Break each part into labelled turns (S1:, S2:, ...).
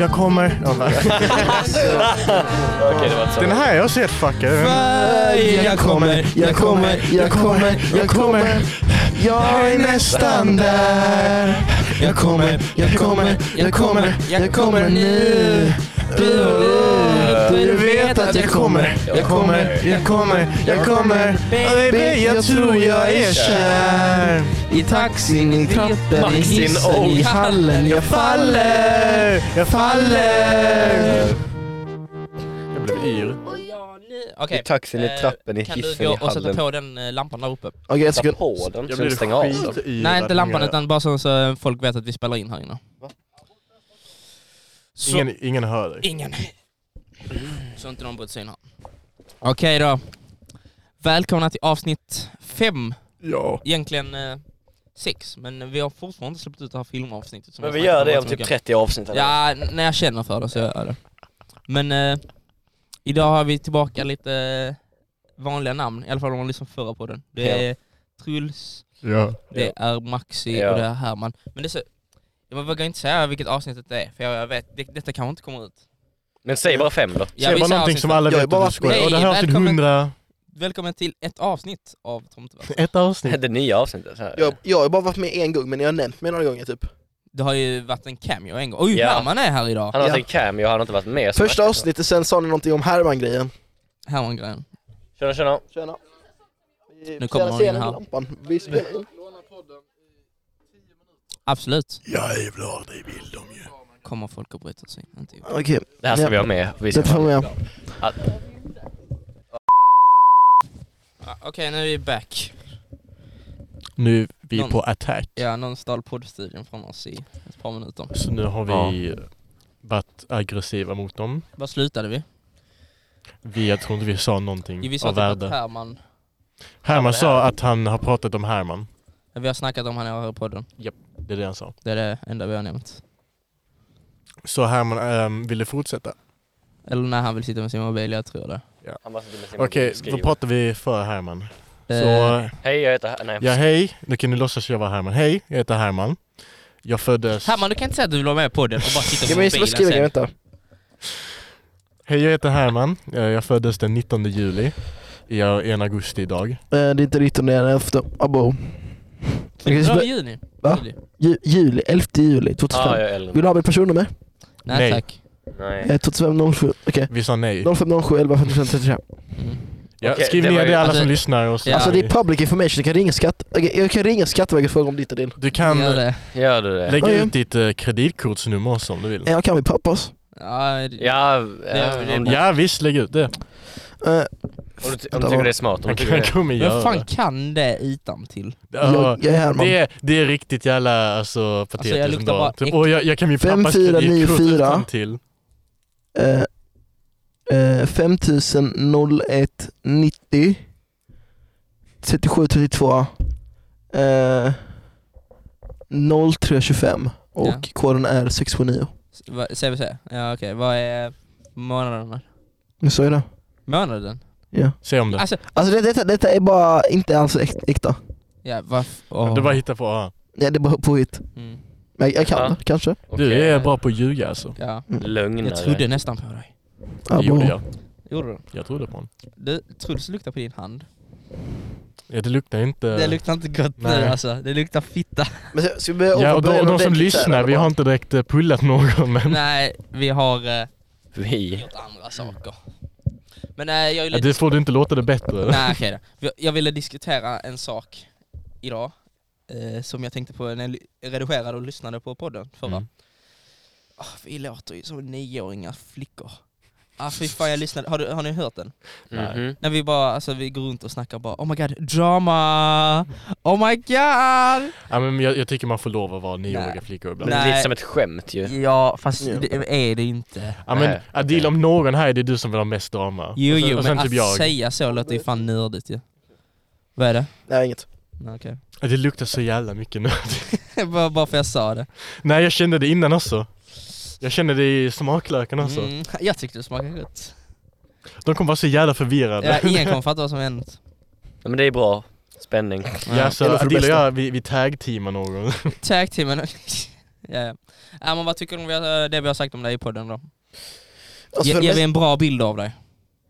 S1: Jag kommer... Ja, nej.
S2: Okej, det var inte så.
S1: Den här har jag sett fucka ur.
S3: Jag kommer, jag kommer, jag kommer, jag kommer.
S1: Jag är nästan där.
S3: Jag kommer, jag kommer, jag kommer, jag kommer nu. Du och du,
S1: Du vet att jag kommer. Jag kommer, jag kommer, jag kommer. Baby, jag tror jag är kär.
S3: I taxin, i trappen, i
S2: Maxin
S3: hissen, i
S2: Oaks.
S3: hallen. Jag faller.
S1: Faller, jag faller. Jag blev yr.
S4: Ja, nu. Okej.
S2: I taxin, i
S4: Eh,
S2: trappen, i
S4: Kan du
S2: hissen,
S4: gå
S2: i
S4: och sätta
S2: hallen.
S4: på den eh, lampan där uppe?
S3: Okej, jag
S2: Sätta
S3: ska...
S2: på den,
S1: Jag
S2: så den
S1: blev
S2: stänger av den.
S1: skityr.
S4: Nej, inte lampan utan bara så, så folk vet att vi spelar in här inne.
S2: Va?
S4: Så, ingen.
S1: Ingen, ingen hör dig.
S4: Så inte någon bryr sig in här. Okej då. Välkomna till avsnitt fem.
S1: Ja.
S4: Egentligen eh, sex, men vi har fortfarande inte släppt ut det här filmavsnittet. Som
S2: Men
S4: vi
S2: vi gör
S4: har snackat
S2: det
S4: om
S2: om
S4: så
S2: typ
S4: mycket.
S2: 30 avsnitt eller?
S4: Ja, n- när jag känner för det så gör jag det. Men eh, idag har vi tillbaka lite eh, vanliga namn, i alla fall om man lyssnar på förra podden. Det är Truls,
S1: Ja.
S4: det är Maxi
S2: Ja.
S4: och det är Herman. Men det är så, jag vågar inte säga vilket avsnitt det är, för jag vet, det, detta kanske inte kommer ut.
S2: Men säg bara fem då.
S4: vi
S1: Säg bara
S4: säger
S1: någonting
S4: avsnitt.
S1: som alla
S3: Jag är
S1: vet
S3: bara-
S1: att du skojar.
S4: Nej,
S1: Och det här har till
S4: välkommen.
S1: hundra...
S4: Välkommen till ett avsnitt av Tomtevärlden.
S1: Ett avsnitt.
S2: Det nya avsnittet. så här.
S3: Jag, jag har bara varit med en gång, men jag har nämnt mig några gånger typ.
S4: Det har ju varit en cameo en gång. Oj,
S2: Ja.
S4: Herman är här idag!
S2: Han har
S3: Ja.
S2: varit en cameo, han har inte varit med. så
S3: Första
S2: mycket.
S3: avsnittet, sen sa ni någonting om Herman-grejen.
S4: Herman-grejen.
S2: Tjena tjena.
S3: Tjena. Vi-
S4: Nu kommer
S3: tjena,
S4: någon in
S3: tjena,
S4: här.
S3: lampan. Vi spelar in.
S4: Absolut.
S1: Jävlar, det vill de ju.
S4: Kommer folk att bryta sig. Inte jag.
S3: Okej,
S2: Det här ska
S3: Ja.
S2: vi ha med. Vi ska
S3: det får jag.
S4: Ja, Ah, Okej, nu är vi back.
S1: Nu är vi
S4: Någon-
S1: på attack.
S4: Ja, någon stal poddstudion från oss i ett par minuter.
S1: Så nu har vi varit aggressiva mot dem.
S4: Vad slutade vi?
S1: Vi, jag tror inte vi sa
S4: Jo,
S1: någonting
S4: vi sa
S1: av
S4: typ att
S1: värde.
S4: Herman,
S1: Herman sa att han har pratat om Herman.
S4: vi har snackat om han här i podden.
S1: Det är det han sa.
S4: Det är det enda vi har nämnt.
S1: Så Herman ehm, ville fortsätta.
S4: Eller när han vill sitta med sin mobil, jag tror det.
S2: Han bara sitter med sin mobil
S1: Okej,
S2: och
S1: då
S2: skriver.
S1: pratar vi för Herman.
S4: Eh,
S1: Så,
S2: Hej jag heter... Nej.
S1: ja hej. Nu kan du låtsas jag vara Herman. Hej, jag heter Herman. Jag föddes...
S4: Herman, du kan inte säga att du vill vara med på podden och bara sitta
S3: Ja,
S4: med
S3: men vi
S4: mobilen
S3: ska bara skriva grejer,
S4: sen.
S3: vänta.
S1: Hej, jag heter Herman. Eh, Jag föddes den 19 juli. Jag är en augusti idag.
S3: Eh, Det är inte riktigt när det är efter. Abo.
S4: Dra
S3: Okej,
S4: i
S3: spe-
S4: juni.
S3: Va?
S4: Juli.
S3: ju- Juli, 11 juli
S2: Ah,
S3: 2005.
S2: jag är äldre.
S3: Vill du ha mitt personnummer?
S4: Nej,
S1: Nej.
S4: tack.
S2: Nej.
S3: Eh, 25 07, okej.
S1: Vi sa nej.
S3: 05 07 11 55 33.
S4: Mm.
S1: Ja,
S2: Okej,
S1: skriv
S2: det
S1: ner
S2: var ju-
S1: det alla
S4: alltså-
S1: som lyssnar. Och så.
S4: Ja.
S3: Alltså det är public information, jag kan ringa skatt... okej, jag kan ringa Skatteverket och fråga om ditt och din.
S1: Du kan
S4: Gör det.
S2: Gör du det?
S1: lägga
S3: Okej.
S1: ut ditt eh, kreditkortsnummer också om du vill.
S3: Eh, Jag kan bli pappas.
S4: Ja, det-
S2: Ja,
S4: är väl
S2: ja, om,
S4: det.
S1: Ja visst, lägg ut det.
S3: Eh,
S2: om du, ty- om du tycker det är smart. Om du
S1: Han
S2: tycker
S1: kan-
S2: det.
S1: kommer
S4: Vem
S1: göra
S4: fan
S1: det.
S4: kan det utan till?
S1: Ja,
S3: Jag, jag är Herman.
S1: det. är- Det är riktigt jävla alltså, patetiskt.
S4: jag
S1: Alltså,
S4: luktar bara äck-
S1: jag, jag kan min
S3: Fem,
S1: pappas
S3: fyra, nio,
S1: kreditkort
S3: fyra.
S1: utan till.
S3: Eh, eh, 5000 01 90 37 32 eh, 03 25 och
S4: Ja.
S3: koden är 679.
S4: S- vad- CVC? Ja okej, vad är månaderna?
S3: Nu sa jag det.
S4: Månaden?
S3: Ja.
S1: Se om det.
S4: Alltså,
S3: Alltså det, detta, detta är bara inte alls äk- äkta.
S4: ja varför? åh.
S1: Du bara hittar på. ja.
S3: Ja, det är bara påhitt.
S4: Mm,
S3: Men jag, jag kan
S2: Ja.
S3: det, kanske. Mm.
S1: Du
S2: Okej.
S1: är bra på att ljuga alltså.
S4: ja.
S2: Lögnare.
S4: Jag trodde nästan på dig.
S3: Ja,
S1: Det gjorde
S3: bra.
S1: jag.
S4: Gjorde du?
S1: Jag trodde på honom.
S4: Du, Truls luktar på din hand.
S1: Ja, det luktar inte...
S4: Det luktar inte gott
S1: Nej.
S4: nu alltså. Det luktar fitta.
S3: Men så, ska vi börja
S1: ja,
S3: om
S1: och
S3: börja
S1: de,
S3: med
S1: de som
S3: det lite så här,
S1: lyssnar,
S3: eller
S1: vi
S3: vad?
S1: har inte direkt eh, pullat någon men...
S4: Nej, vi har eh, Mm.
S2: Vi.
S4: gjort andra saker. Men eh, jag är
S1: Ja,
S4: lite...
S1: det får du inte låta det bättre.
S4: Nej okej då. Jag- Jag ville diskutera en sak idag. Eh, som jag tänkte på när jag ly- redigerade och lyssnade på podden förra.
S1: Mm.
S4: Ah, vi låter ju som nioåringar flickor. Ah, fy fan, jag lyssnade. Har, du, har ni hört den?
S2: Mhm.
S4: När vi bara, alltså vi går runt och snackar bara oh my god, drama! Oh my god!
S1: Ja, men jag, jag tycker man får lov att vara nioåriga
S4: Nej.
S1: flickor
S2: Men
S1: ibland.
S2: det är
S4: Nej.
S2: lite som ett skämt ju.
S4: Ja fast
S3: Ja.
S4: det är det inte.
S1: Ja, men
S2: Nej,
S1: Adil om någon här är det du som vill ha mest drama.
S4: Jo
S1: Och sen-
S4: jo,
S1: och sen
S4: men att
S1: typ jag.
S4: säga så låter ju fan nördigt ju. Vad är det?
S3: Nej, inget.
S4: Nej, okej.
S1: Ja, Det luktar så jävla mycket nöt.
S4: bara, bara för jag sa det.
S1: Nej jag kände det innan också. Jag kände det i smaklökarna också.
S4: Mm, jag tyckte det smakade gott.
S1: De kommer vara så jävla förvirrade.
S4: Ja, ingen kommer fatta vad som hänt.
S2: Ja, men det är bra. Spänning.
S1: Ja, så
S3: Eller för det
S1: Adil och
S3: bästa.
S1: jag, vi, vi tag-teamar någon.
S4: Tag teamen. Ja, ja. ja men vad tycker du om vi har- det vi har sagt om dig i podden då?
S3: Alltså,
S4: Ge,
S3: för det
S4: ger vi
S3: mesta-
S4: en bra bild av dig?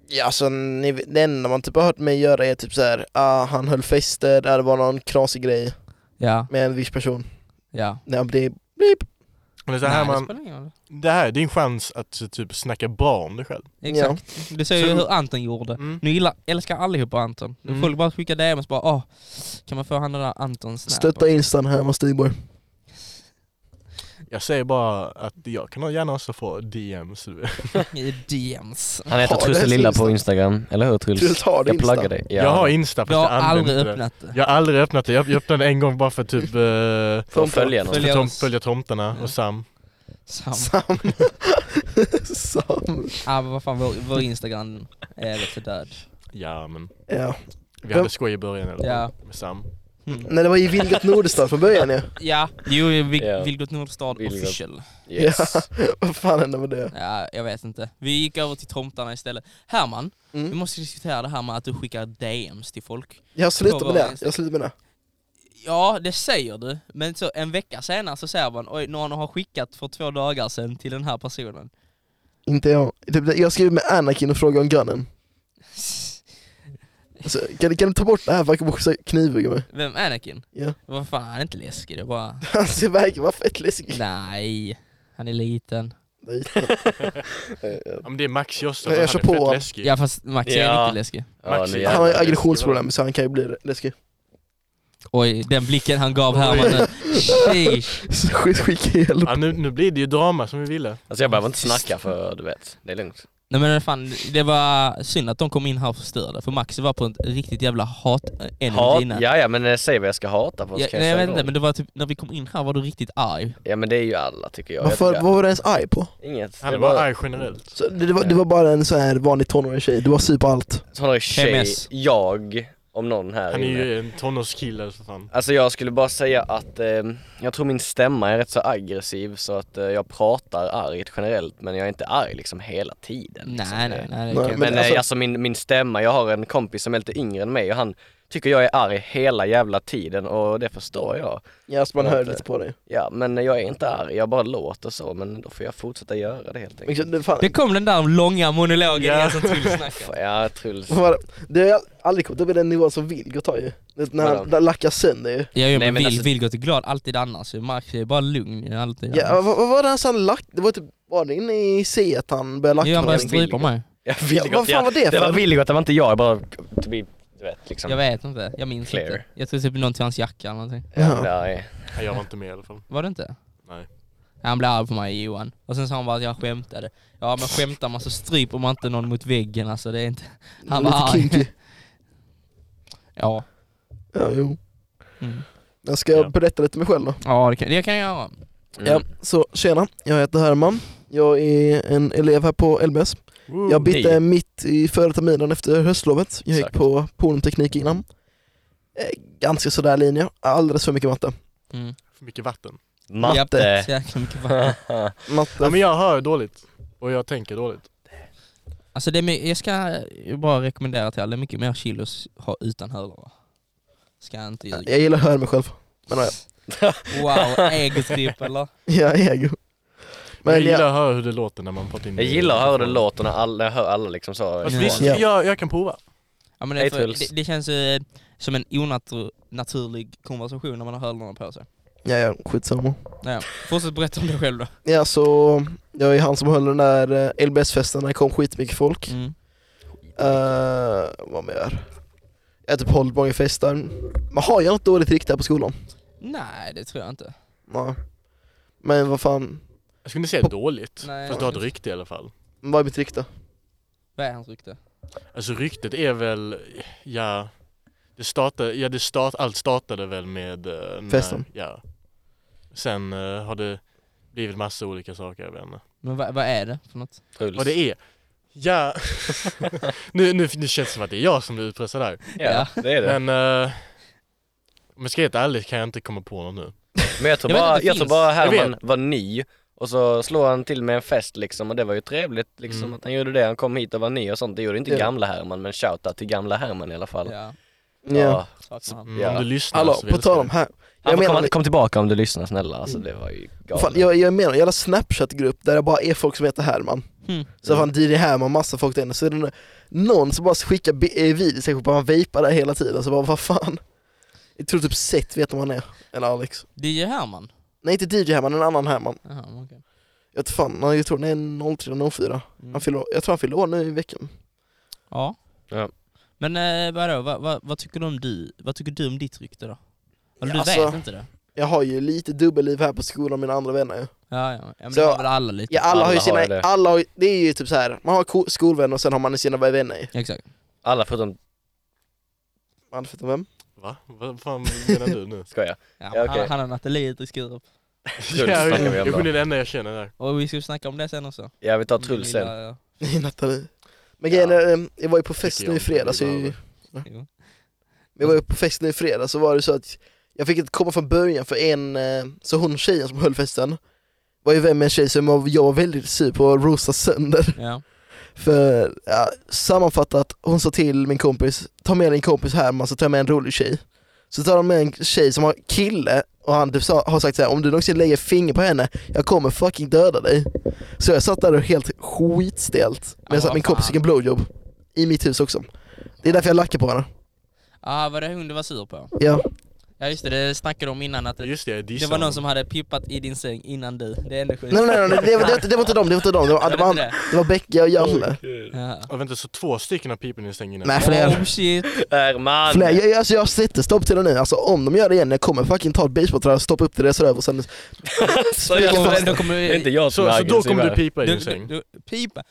S3: ja, alltså, ni, det enda man typ har hört mig göra är typ så här, ah, han höll fester, där det var någon knasig grej
S4: Ja,
S3: med en viss person.
S4: ja.
S3: Nej, det, blip.
S1: Men det är så här
S4: Nej, det
S1: man,
S4: spelar ingen roll.
S1: det här är din chans att så, typ snacka bra om dig själv.
S4: Exakt. Du ser ju
S1: Så-
S4: hur Anton gjorde.
S1: Mm.
S4: Nu gillar, älskar allihopa Anton.
S1: Mm.
S4: Folk bara skickar DMs bara åh, kan man få han den där Antons snap?"
S3: Stötta instan här med Stigborg.
S1: Jag säger bara att jag kan gärna också få DMs.
S4: I DMs.
S2: Han heter
S3: Ja,
S2: Truls
S3: det är
S2: Lilla
S3: Insta.
S2: på Instagram, eller hur
S3: Truls
S2: Truls?
S3: har
S2: Jag pluggar
S3: insta.
S2: dig.
S1: Jag har Insta fast
S4: Du har
S1: jag använder
S4: aldrig
S1: inte det.
S4: öppnat det.
S1: Jag har aldrig öppnat det, jag öppnade en gång bara för typ eh,
S2: För att följa någon.
S4: Följ- Följa
S1: Följa, tom,
S4: oss. Mm.
S1: följa tomtarna
S4: Ja.
S1: och Sam.
S4: Sam.
S3: Sam. Sam.
S4: Ja Ah, men vad fan, vår, vår Instagram är lite död.
S1: Ja men
S3: Ja.
S1: vi hade skoj i början eller?
S4: Ja.
S1: med Sam.
S4: Mm.
S3: Nej det var ju Vilgot Nordestad från början ju.
S4: Ja, jo, Vil-
S2: Ja.
S4: Vilgot Nordstad
S2: Vilgot.
S4: official.
S2: Yes.
S3: Vad fan hände med det?
S4: Ja, jag vet inte. Vi gick över till tomtarna istället. Herman, vi
S3: Mm.
S4: måste diskutera det här med att du skickar DMs till folk.
S3: Jag slutar med det, jag slutar med det.
S4: Ja, det säger du, men så en vecka senare så säger man oj, någon har skickat för två dagar sedan till den här personen.
S3: Inte jag. Typ, Jag skrev med Anakin och frågade om gunnen. Alltså, kan, kan du ta bort det här, verkar vara knivhugga mig.
S4: Vem? Anakin?
S3: Ja.
S4: Vad fan, han är inte läskig, det är bara...
S3: Han ser verkar vara fett läskig.
S4: Nej, han är liten.
S3: Nej.
S1: Ja, men det är Max Josta,
S3: Jag
S1: han är
S3: kör
S1: fett
S3: på.
S1: läskig.
S4: Ja fast Max är
S2: Ja.
S4: riktigt läskig.
S2: Ja, nu
S3: Han har ju
S2: jävlar.
S3: aggressionsproblem så han kan ju bli läskig.
S4: Oj, den blicken han gav Herman nu. Sheesh.
S3: Så Skit, skicka hjälp.
S1: Ja, nu, nu blir det ju drama som vi ville.
S2: Alltså jag behöver inte snacka för du vet, det är lugnt.
S4: Nej men fan, det var synd att de kom in här och förstörde, för Max var på en riktigt jävla hat en
S2: Hat,
S4: dina.
S2: ja, ja men eh, säg vad jag ska hata på så
S4: Ja,
S2: kan
S4: nej,
S2: säga
S4: jag vet inte,
S2: dem.
S4: men det var typ, när vi kom in här var du riktigt arg.
S2: Ja men det är ju alla tycker jag. jag
S3: Varför,
S2: tycker-
S3: vad var du ens arg på?
S2: Inget.
S1: Han
S2: det
S1: är
S2: är
S1: bara
S2: bara
S1: arg generellt.
S3: Så det, det, var, det var bara en sån här vanlig tonårig tjej, du var sur på allt.
S2: sådana tjej,
S4: MS.
S2: jag, om någon här
S1: Han är
S2: inne.
S1: ju en tonårskille för fan.
S2: Alltså jag skulle bara säga att eh, jag tror min stämma är rätt så aggressiv så att eh, jag pratar argt generellt men jag är inte arg liksom hela tiden. liksom.
S4: Nej nej nej. det
S3: Nej,
S2: Men
S4: kan-
S3: Men
S2: alltså,
S3: alltså-
S2: alltså min, min stämma, jag har en kompis som är lite yngre än mig och han tycker jag är arg hela jävla tiden och det förstår jag.
S3: Ja, alltså man
S2: Ja,
S3: hör
S2: inte.
S3: lite på dig.
S2: Ja men jag är inte arg, jag bara låter så men då får jag fortsätta göra det helt
S3: Men
S2: enkelt.
S3: så, det, fan,
S4: Det kom den där långa monologen
S1: Ja.
S4: igen som Truls snackade.
S2: Ja Truls.
S3: vad var det? det har aldrig kommit upp i den nivån som Vilgot har ju. Det, när han
S2: Vadå?
S3: där lackar sönder ju.
S4: Ja, jo,
S2: Nej,
S4: men
S2: men
S4: Vil,
S2: alltså-
S4: Vilgot är glad alltid annars, Max är bara lugn alltid
S3: Ja,
S4: annars.
S3: vad, vad var det ens han lack? Det var typ, var det inne i C att han började lacka
S4: Jo han började
S3: någonting?
S4: strypa mig.
S2: Jag vill
S3: Ja, vad
S2: gott,
S3: fan var det
S2: Det var
S3: för?
S2: Vilgot, det var inte jag, jag bara, to be, du vet liksom.
S4: Jag vet inte, jag minns
S2: Clear.
S4: inte. Jag tror typ någon till hans jacka eller någonting.
S3: Ja.
S2: Nej.
S1: Ja, Jag var inte med i alla fall.
S4: Var det inte?
S1: Nej.
S4: Han blev arg på mig Johan. Och sen sa han bara att jag skämtade. Ja men skämtar man så stryper man inte någon mot väggen alltså, det är inte... Han
S3: Lite
S4: var
S3: kinky.
S4: arg. Ja.
S3: Ja, jo.
S4: Mm.
S3: Jag ska jag
S1: Ja.
S3: berätta lite om mig själv då.
S4: Ja det kan, det kan jag göra.
S2: Mm.
S3: Ja, så tjena, jag heter Herman. Jag är en elev här på LBS.
S1: Woo.
S3: Jag bytte
S2: hej.
S3: mitt i förra terminen efter höstlovet. Jag gick
S2: Exakt.
S3: på polomteknik innan. Eh, Ganska sådär linje, alldeles för mycket matte.
S4: Mm.
S1: För mycket vatten.
S4: Japp, det är så
S2: Matte.
S4: jäkla mycket vatten.
S1: Ja,
S3: Matte,
S1: men jag hör dåligt. Och jag tänker dåligt.
S4: Alltså det är, my- jag ska bara rekommendera till alla, det är mycket mer chill att s- ha utan hörlurar. Ska jag inte ljuga.
S3: jag gillar att höra mig själv. Men ja,
S4: Wow, egotripp eller?
S3: jag är ego.
S1: Men jag
S3: Men
S1: gillar
S3: jag,
S1: att höra hur det låter när man pratar in
S2: Jag
S1: i-
S2: gillar att höra hur det låter när alla, jag hör alla liksom så.
S1: Fast
S4: Ja.
S1: visst,
S3: Ja.
S1: jag, jag kan prova.
S4: Ja, men
S2: Hej,
S4: det, för,
S2: Truls.
S4: det, det känns eh, som en onaturlig konversation när man har hörlurarna på sig.
S3: ja, ja, skitsamma.
S4: Ja, fortsätt berätta om dig själv då.
S3: Ja, så jag är han som höll den där eh, LBS-festen när det kom skitmycket folk.
S4: Mm.
S3: Eh, vad mer? Jag har typ hållit många fester. Men har jag något dåligt rykte här på skolan?
S4: Nej det tror jag inte.
S3: Nej. Men vad fan,
S1: Jag skulle inte säga
S3: På-
S1: dåligt.
S4: Nej.
S1: Fast du har ett rykte i alla fall.
S3: vad är mitt rykte?
S4: Vad är hans rykte?
S1: Alltså ryktet är väl, ja, det startade, ja det start, allt startade väl med eh, när-
S3: Festen.
S1: Ja. Sen eh, har det blivit massa olika saker, jag vet inte.
S4: Men vad, vad är det för något?
S2: Truls.
S1: Vad det är? Ja, nu, nu, nu känns det som att det är jag som blir utpressad här.
S2: Ja, det är det.
S1: Men, eh, om jag ska vara helt ärlig kan jag inte komma på något nu. Mm,
S2: Men jag tror
S4: Jag vet
S2: bara,
S4: att det
S2: jag tror
S4: finns.
S2: bara
S1: Jag
S2: Herman var ny och så slår han till med en fest liksom och det var ju trevligt liksom
S1: Mm.
S2: att han gjorde det. Han kom hit och var ny och sånt. Det gjorde inte
S3: Ja.
S2: gamla Herman men shoutout till gamla Herman i alla fall.
S4: Ja,
S3: Ja.
S4: saknar han.
S1: Mm,
S2: Ja.
S1: Om du lyssnar
S3: Hallå,
S1: så vill
S3: på
S1: jag säga
S3: tal om här.
S2: Han
S3: Jag
S2: får
S3: menar-
S2: komma, kom tillbaka om du lyssnar snälla, alltså det var ju galet.
S3: Fan, jag, jag är med i en jävla snapchat-grupp där det bara är folk som heter Herman.
S4: Mm.
S3: Så fan DJ Herman, massa folk där inne. Så är det nå- någon som bara skickar bi- eh, videos på han vejpar där hela tiden. Så bara, vad fan. Jag tror typ Seth vet om han är. Eller Alex.
S4: DJ Herman?
S3: Nej inte DJ Herman, en annan Herman.
S4: Jaha, okej.
S3: Jag vet fan, han- jag tror han är 03 04.
S4: Mm.
S3: Han fyller, år- jag tror han fyller år nu i veckan.
S4: Ja.
S2: Ja.
S4: Men eh, vadå, vad, vad, vad, tycker du om du, vad tycker du om ditt rykte då? Eller du
S3: Alltså-
S4: vet inte det?
S3: Jag har ju lite dubbelliv här på skolan med mina andra vänner ju.
S4: Ja, ja. ja men
S3: Så-
S4: det har väl alla lite?
S3: Ja alla har ju
S2: Alla har
S3: sina,
S2: ju det.
S3: alla har, ju- det är ju typ så här. man har ko- skolvänner och sen har man sina vänner ju.
S4: Exakt.
S2: Alla förutom,
S3: Man vet inte vem.
S1: Va? Vad fan menar du nu?
S2: skojar.
S4: Ja,
S2: Ja, okej.
S4: han, han har Nathaliet i Skurup.
S2: Truls snackar vi om
S1: Hon
S2: då.
S1: är den enda jag känner där.
S4: Och vi ska ju snacka om det sen också.
S2: Ja vi tar Truls sen.
S4: Lilla, ja.
S3: I Nathalie. Men grejen är, eh, jag var ju på fest
S1: Tycker
S3: nu
S1: jag
S3: i
S1: inte
S3: fredags.
S1: vi
S3: Jag,
S1: behöver.
S4: Jo.
S3: jag var ju på fest nu i fredags så var det så att jag fick inte komma från början för en, eh, så hon tjejen som höll festen var ju vän med en tjej som jag var väldigt sur på att rosa sönder.
S4: Ja.
S3: För ja, sammanfattat, hon sa till min kompis, ta med din kompis Herman så tar jag med en rolig tjej. Så tar de med en tjej som har kille och han typ sa, har sagt så här: om du någonsin lägger finger på henne, jag kommer fucking döda dig. Så jag satt där och helt skitstelt
S4: Ja,
S3: medan
S4: vad
S3: att min kompis
S4: fan.
S3: fick en blowjob. I mitt hus också. Det är därför jag lackar på henne.
S4: Ah, var det hon du var sur på?
S3: Ja.
S4: Ja just det, det snackade de om innan att det,
S1: Just det, jag
S4: det
S1: dissade
S4: var någon
S1: honom.
S4: som hade pippat i din säng innan du. Det är ändå sjukt.
S3: Nej nej nej, nej det, var- det, var- det var inte dem, det var inte dem. Det var, det var,
S4: det.
S3: det var Becka och Jalle.
S4: Ja.
S1: Ja, vänta, så två stycken har pipen i stängen nu?
S3: Nej fler.
S4: Oh shit.
S2: Herman!
S3: Fler, jag, jag- alltså jag sätter stopp till det nu, alltså om de gör det igen, jag kommer fucking ta ett basebollträ och stoppa upp till deras röv och sen
S2: Så jag
S4: Kommer-
S2: kommer,
S4: då kommer
S2: det är inte jag som
S1: Så,
S2: är
S1: så då
S2: aggressiv
S1: kommer du
S2: här.
S1: pipa i
S4: Du,
S1: din
S4: du,
S1: säng?
S4: du, pipa!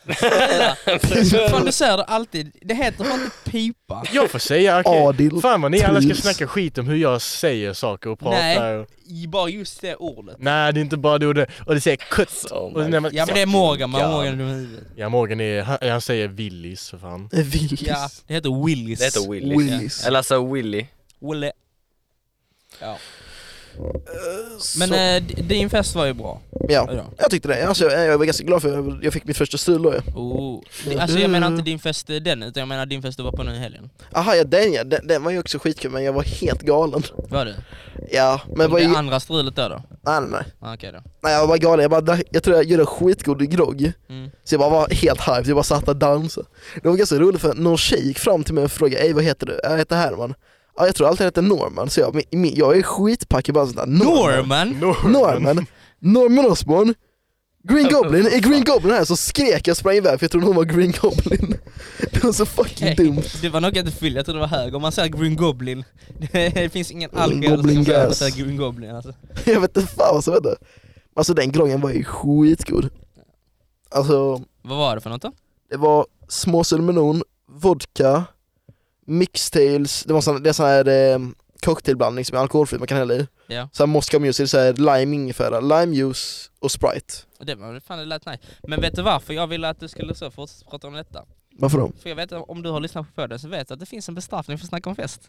S4: Sluta. Fan du säger det alltid, det heter fan inte pipa?
S1: Jag får säga okej.
S3: Adil.
S1: Fan vad ni alla ska
S3: Truls.
S1: snacka skit om hur jag säger saker och pratar.
S4: Nej.
S1: Nej,
S4: I Bara just det ordet.
S1: Nej det är inte bara det och det. Och det säger kutt.
S2: Oh my
S1: och när man,
S4: Ja men det är Morgan, man
S2: Ja.
S4: Morgan dum i huvudet.
S1: ja Morgan är, han, han säger Willis för fan.
S3: Willis.
S4: Ja, det heter Willis.
S2: Det heter Willy.
S3: Willis.
S2: Eller alltså Willy.
S4: Wille. Ja.
S3: Men,
S4: Men eh, d- din fest var ju bra.
S3: ja.
S4: Ja.
S3: Jag tyckte det, alltså, jag, jag var ganska glad för jag, jag fick mitt första strul då ju.
S4: Oh. Det- Alltså jag menar inte din fest eh, den, utan jag menar din fest du var på nu i helgen.
S3: Aha, ja, den, ja, den, den var ju också skitkul men jag var helt galen.
S4: Var det?
S3: Ja, men
S4: Men
S3: var ju,
S4: Det
S3: nej,
S4: andra strulet där då?
S3: nej, nej.
S4: Ah, Okej då.
S3: nej jag var galen, jag, bara, drack- jag tror jag gjorde en skitgod grogg.
S4: Mm.
S3: Så jag bara var helt hyped, jag bara satt där och dansade. Det var ganska roligt för någon tjej gick fram till mig och frågade Ey vad heter du? Jag heter Herman. Ja, jag tror alltid jag heter Norman, så jag, min- min, jag är skitpackig bara sådär Norman!
S4: Norman!
S3: Norman, Norman Osborn, Green Goblin, är Green Goblin här? Så skrek jag sprang iväg för jag trodde hon var Green Goblin. Det var så fucking
S4: Okej.
S3: dumt.
S4: Det var nog inte fyll, jag tror det var höger. Om man säger Green Goblin, det finns ingen alkohol som kan
S3: Goblin
S4: säga att
S3: gas.
S4: det är Green Goblin alltså.
S3: Jag vet inte fan vad som hände. Alltså den groggen var ju skitgod. Alltså
S4: Vad var det för något då?
S3: det var småsulmenon, vodka, mixtails, det var sån, det är sån här eh, cocktailblandning som är alkoholfri man kan hälla i.
S4: Ja.
S3: Sån här Moscow Mule, så är det så här lime ingefära, limejuice och Sprite.
S4: Det var fan det lät nice. Men vet du varför jag ville att du skulle så fortsätta prata om detta?
S3: Varför då?
S4: För jag vet om du har lyssnat på podden så vet du att det finns en bestraffning för att snacka om fest.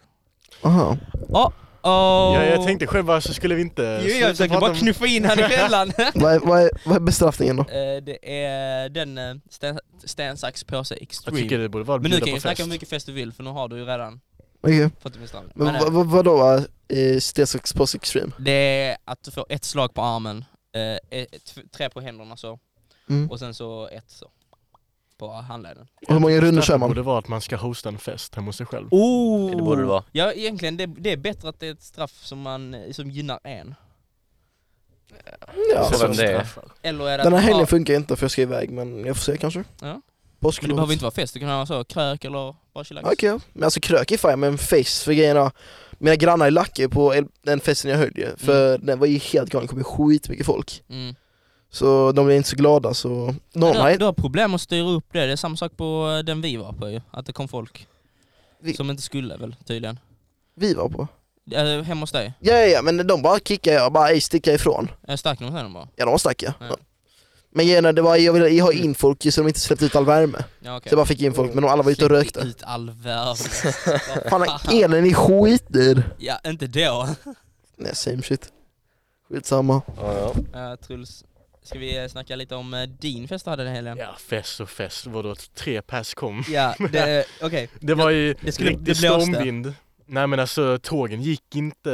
S3: Aha.
S4: Oh, oh.
S1: Ja, jag tänkte själv bara så skulle vi inte...
S4: Jo,
S1: sluta
S4: jag försöker
S1: prata
S4: bara
S1: om-
S4: knuffa in han i fällan.
S3: Vad är, vad, är, vad är bestraffningen då?
S4: Eh, det är den eh, sten, sten, sax, påse,
S1: Jag
S4: extreme.
S1: tycker det borde vara att
S4: men nu
S1: bjuda
S4: kan
S1: på
S4: ju snacka hur
S1: fest.
S4: mycket fest du vill för nu har du ju redan
S3: Okej.
S4: fått en bestraffning.
S3: Men
S4: Men, eh,
S3: vad, vad, vadå eh, sten, sax, påse, extreme?
S4: det är att du får ett slag på armen, eh, ett, tre på händerna så,
S3: Mm.
S4: och sen så ett så. På handleden.
S3: Och hur många runder kör
S1: Straffet
S3: man?
S1: borde vara att man ska hosta en fest hemma hos sig själv.
S4: Oh.
S2: Det borde det vara.
S4: Ja egentligen, det, det är bättre att det är ett straff som, man, eh, som gynnar en.
S3: Ja,
S2: Så vem
S3: så.
S2: det är.
S1: Straffar.
S4: Eller är det
S3: Den här
S4: att-
S3: helgen
S4: ja,
S3: funkar inte för jag ska iväg men jag får se kanske.
S4: Ja. men Det
S3: Påsklov.
S4: behöver inte vara fest, det kan vara så, krök eller bara chillax.
S3: Okej, ja. men alltså krök är fine men face för grejerna Mina grannar i Lacke på el- den festen jag höll ju, för den var ju helt galen, det kom ju skitmycket folk
S4: Mm.
S3: Så de blev inte så glada så, någon
S4: Du, har,
S3: har
S4: du har problem att styra upp det, det är samma sak på eh, den vi var på ju, att det kom folk.
S3: Vi-
S4: Som inte skulle väl tydligen.
S3: vi var på
S4: Äh, hemma hos dig?
S3: Ja ja ja, men de bara kickade jag bara ej sticka ifrån
S4: Äh, Stack ni hos henne bara?
S3: Ja de stack jag
S4: Ja.
S3: Men grejen är, det var, jag ville ha in folk ju så de inte släppte ut all värme
S4: Ja, okay.
S3: Så jag bara fick in folk men de alla var ute och rökte
S4: ut all värme.
S3: Fan elen är skitdyr!
S4: ja, inte då.
S3: Nej same shit Skitsamma
S2: Ja, ja.
S4: Eh, Truls, ska vi eh, snacka lite om eh, din fest du hade den helgen?
S1: Ja, fest och fest. Vadå, att tre pers kom?
S4: Ja, det- okej.
S1: Det var ju
S4: det skulle-
S1: riktig
S4: det blåste.
S1: stormvind. Nej men alltså tågen gick inte.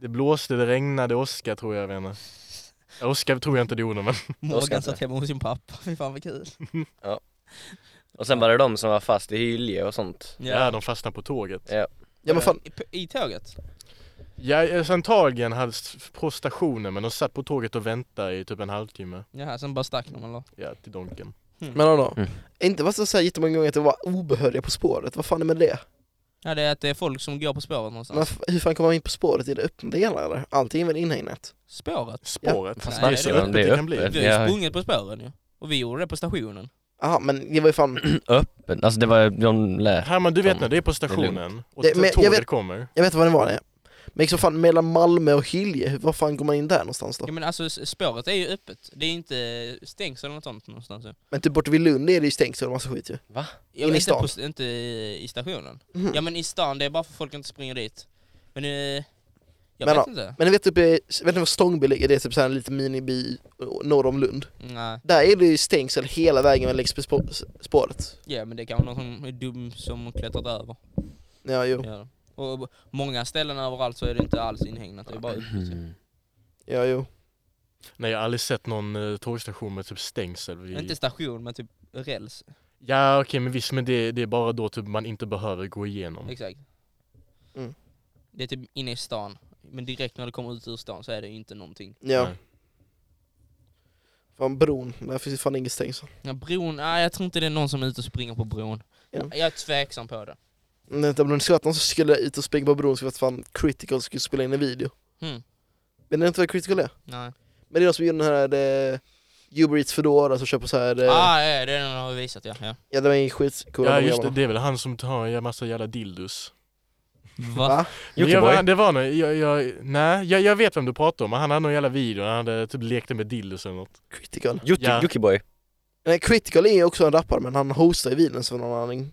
S1: Det blåste, det regnade, åska tror jag, jag vet inte. Åska tror jag inte det gjorde men.
S2: ska
S4: Morgan
S2: jag
S4: satt
S2: inte.
S4: hemma hos sin pappa, fy fan vad kul.
S2: Och sen var det de som var fast i hylje och sånt.
S1: Ja, de fastnade på tåget.
S3: Ja men fan,
S4: I, på- I tåget?
S1: Ja, eh, sen tagen hade s- på stationen men de satt på tåget och väntade i typ en halvtimme.
S4: Jaha, sen bara stack de eller? Hm.
S1: Ja, till Donken.
S3: men vadå?
S2: Mm.
S3: Inte var det så här jättemånga gånger att det var obehöriga på spåret, vad fan är med det?
S4: Ja det är att det är folk som går på spåret någonstans.
S3: Men f- hur fan kommer man in på spåret? Är det öppna delar eller? Allting är väl inhägnat?
S4: Spåret?
S1: Spåret.
S2: Fast
S1: det är
S4: nej,
S1: så
S4: det är-
S1: öppet
S2: det är
S1: det, kan
S2: öppet.
S1: bli.
S4: Vi har ju
S2: Ja.
S4: sprungit på spåren ju. Och vi gjorde det på stationen.
S3: Jaha, men det var ju fan,
S2: Öppen, alltså det var, de lät.
S1: Herman, du vet när det är på
S2: är lugnt.
S1: stationen och
S3: Det- men jag
S1: tåget
S3: vet-
S1: kommer.
S3: jag vet vad det var det. Men liksom fan mellan Malmö och Hylje, hur- var fan går man in där någonstans då?
S4: Ja, men alltså s- spåret är ju öppet. Det är inte stängsel eller något sånt någonstans ju.
S3: Men typ borta vid Lund är det ju stängsel och massa skit ju.
S4: Ja,
S3: In i
S4: inte,
S3: stan.
S4: På, inte i stationen.
S3: Mhm.
S4: Ja men i stan, det är bara för folk inte springer dit. Men eh, jag
S3: Men
S4: vet
S3: ja.
S4: inte.
S3: Men ni vet typ, eh, vet ni var Stångby ligger? Det är typ så här en liten miniby eh, norr om Lund.
S4: Nej,
S3: Där är det ju stängsel hela vägen man läggs på spå- spåret.
S4: ja men det är kanske någon som är dum som har klättrat över.
S3: Ja, jo.
S4: Ja. Och b- många ställen överallt så är det inte alls inhägnat, det är bara
S3: Mm.
S4: öppet. ju.
S3: Ja, jo.
S1: Nej, jag har aldrig sett någon eh, tågstation med typ stängsel. Vi...
S4: Inte station men typ räls,
S1: Ja okej men visst men det, det är bara då typ man inte behöver gå igenom.
S4: exakt.
S3: Mm.
S4: Det är typ inne i stan, men direkt när det kommer ut ur stan så är det ju inte någonting.
S3: Ja.
S1: Nej.
S3: Fan bron, där finns ju fan inget stängsel.
S4: Ja, bron, nej jag tror inte det är någon som är ute och springer på bron.
S3: Ja.
S4: Jag jag är tveksam på det.
S3: Men inte Om det skulle varit någon som skulle ut och springa på bron skulle det varit fan critical skulle spela in en video.
S4: Hmm.
S3: Vet ni inte vad critical är?
S4: Nej.
S3: Men det är de som gör den här eh, Uber Eats Foodora som köper så här. eh,
S4: Ah, ja, det är den har vi visat ja. ja.
S3: ja de är skitcoola.
S1: Ja
S3: de
S1: just det,
S3: grabbarna.
S1: det är väl han som tar en massa jävla dildos.
S4: Va?
S3: Va?
S1: Men Jag,
S2: Jockiboi.
S1: var- det var nog, jag, jag, nej jag, jag vet vem du pratar om, men han hade någon jävla video, han hade typ lekte med dildos eller något.
S3: Critical.
S1: Ja.
S2: Jockiboi.
S3: Nej, critical är ju också en rappare men han hostar i videon för någon anledning.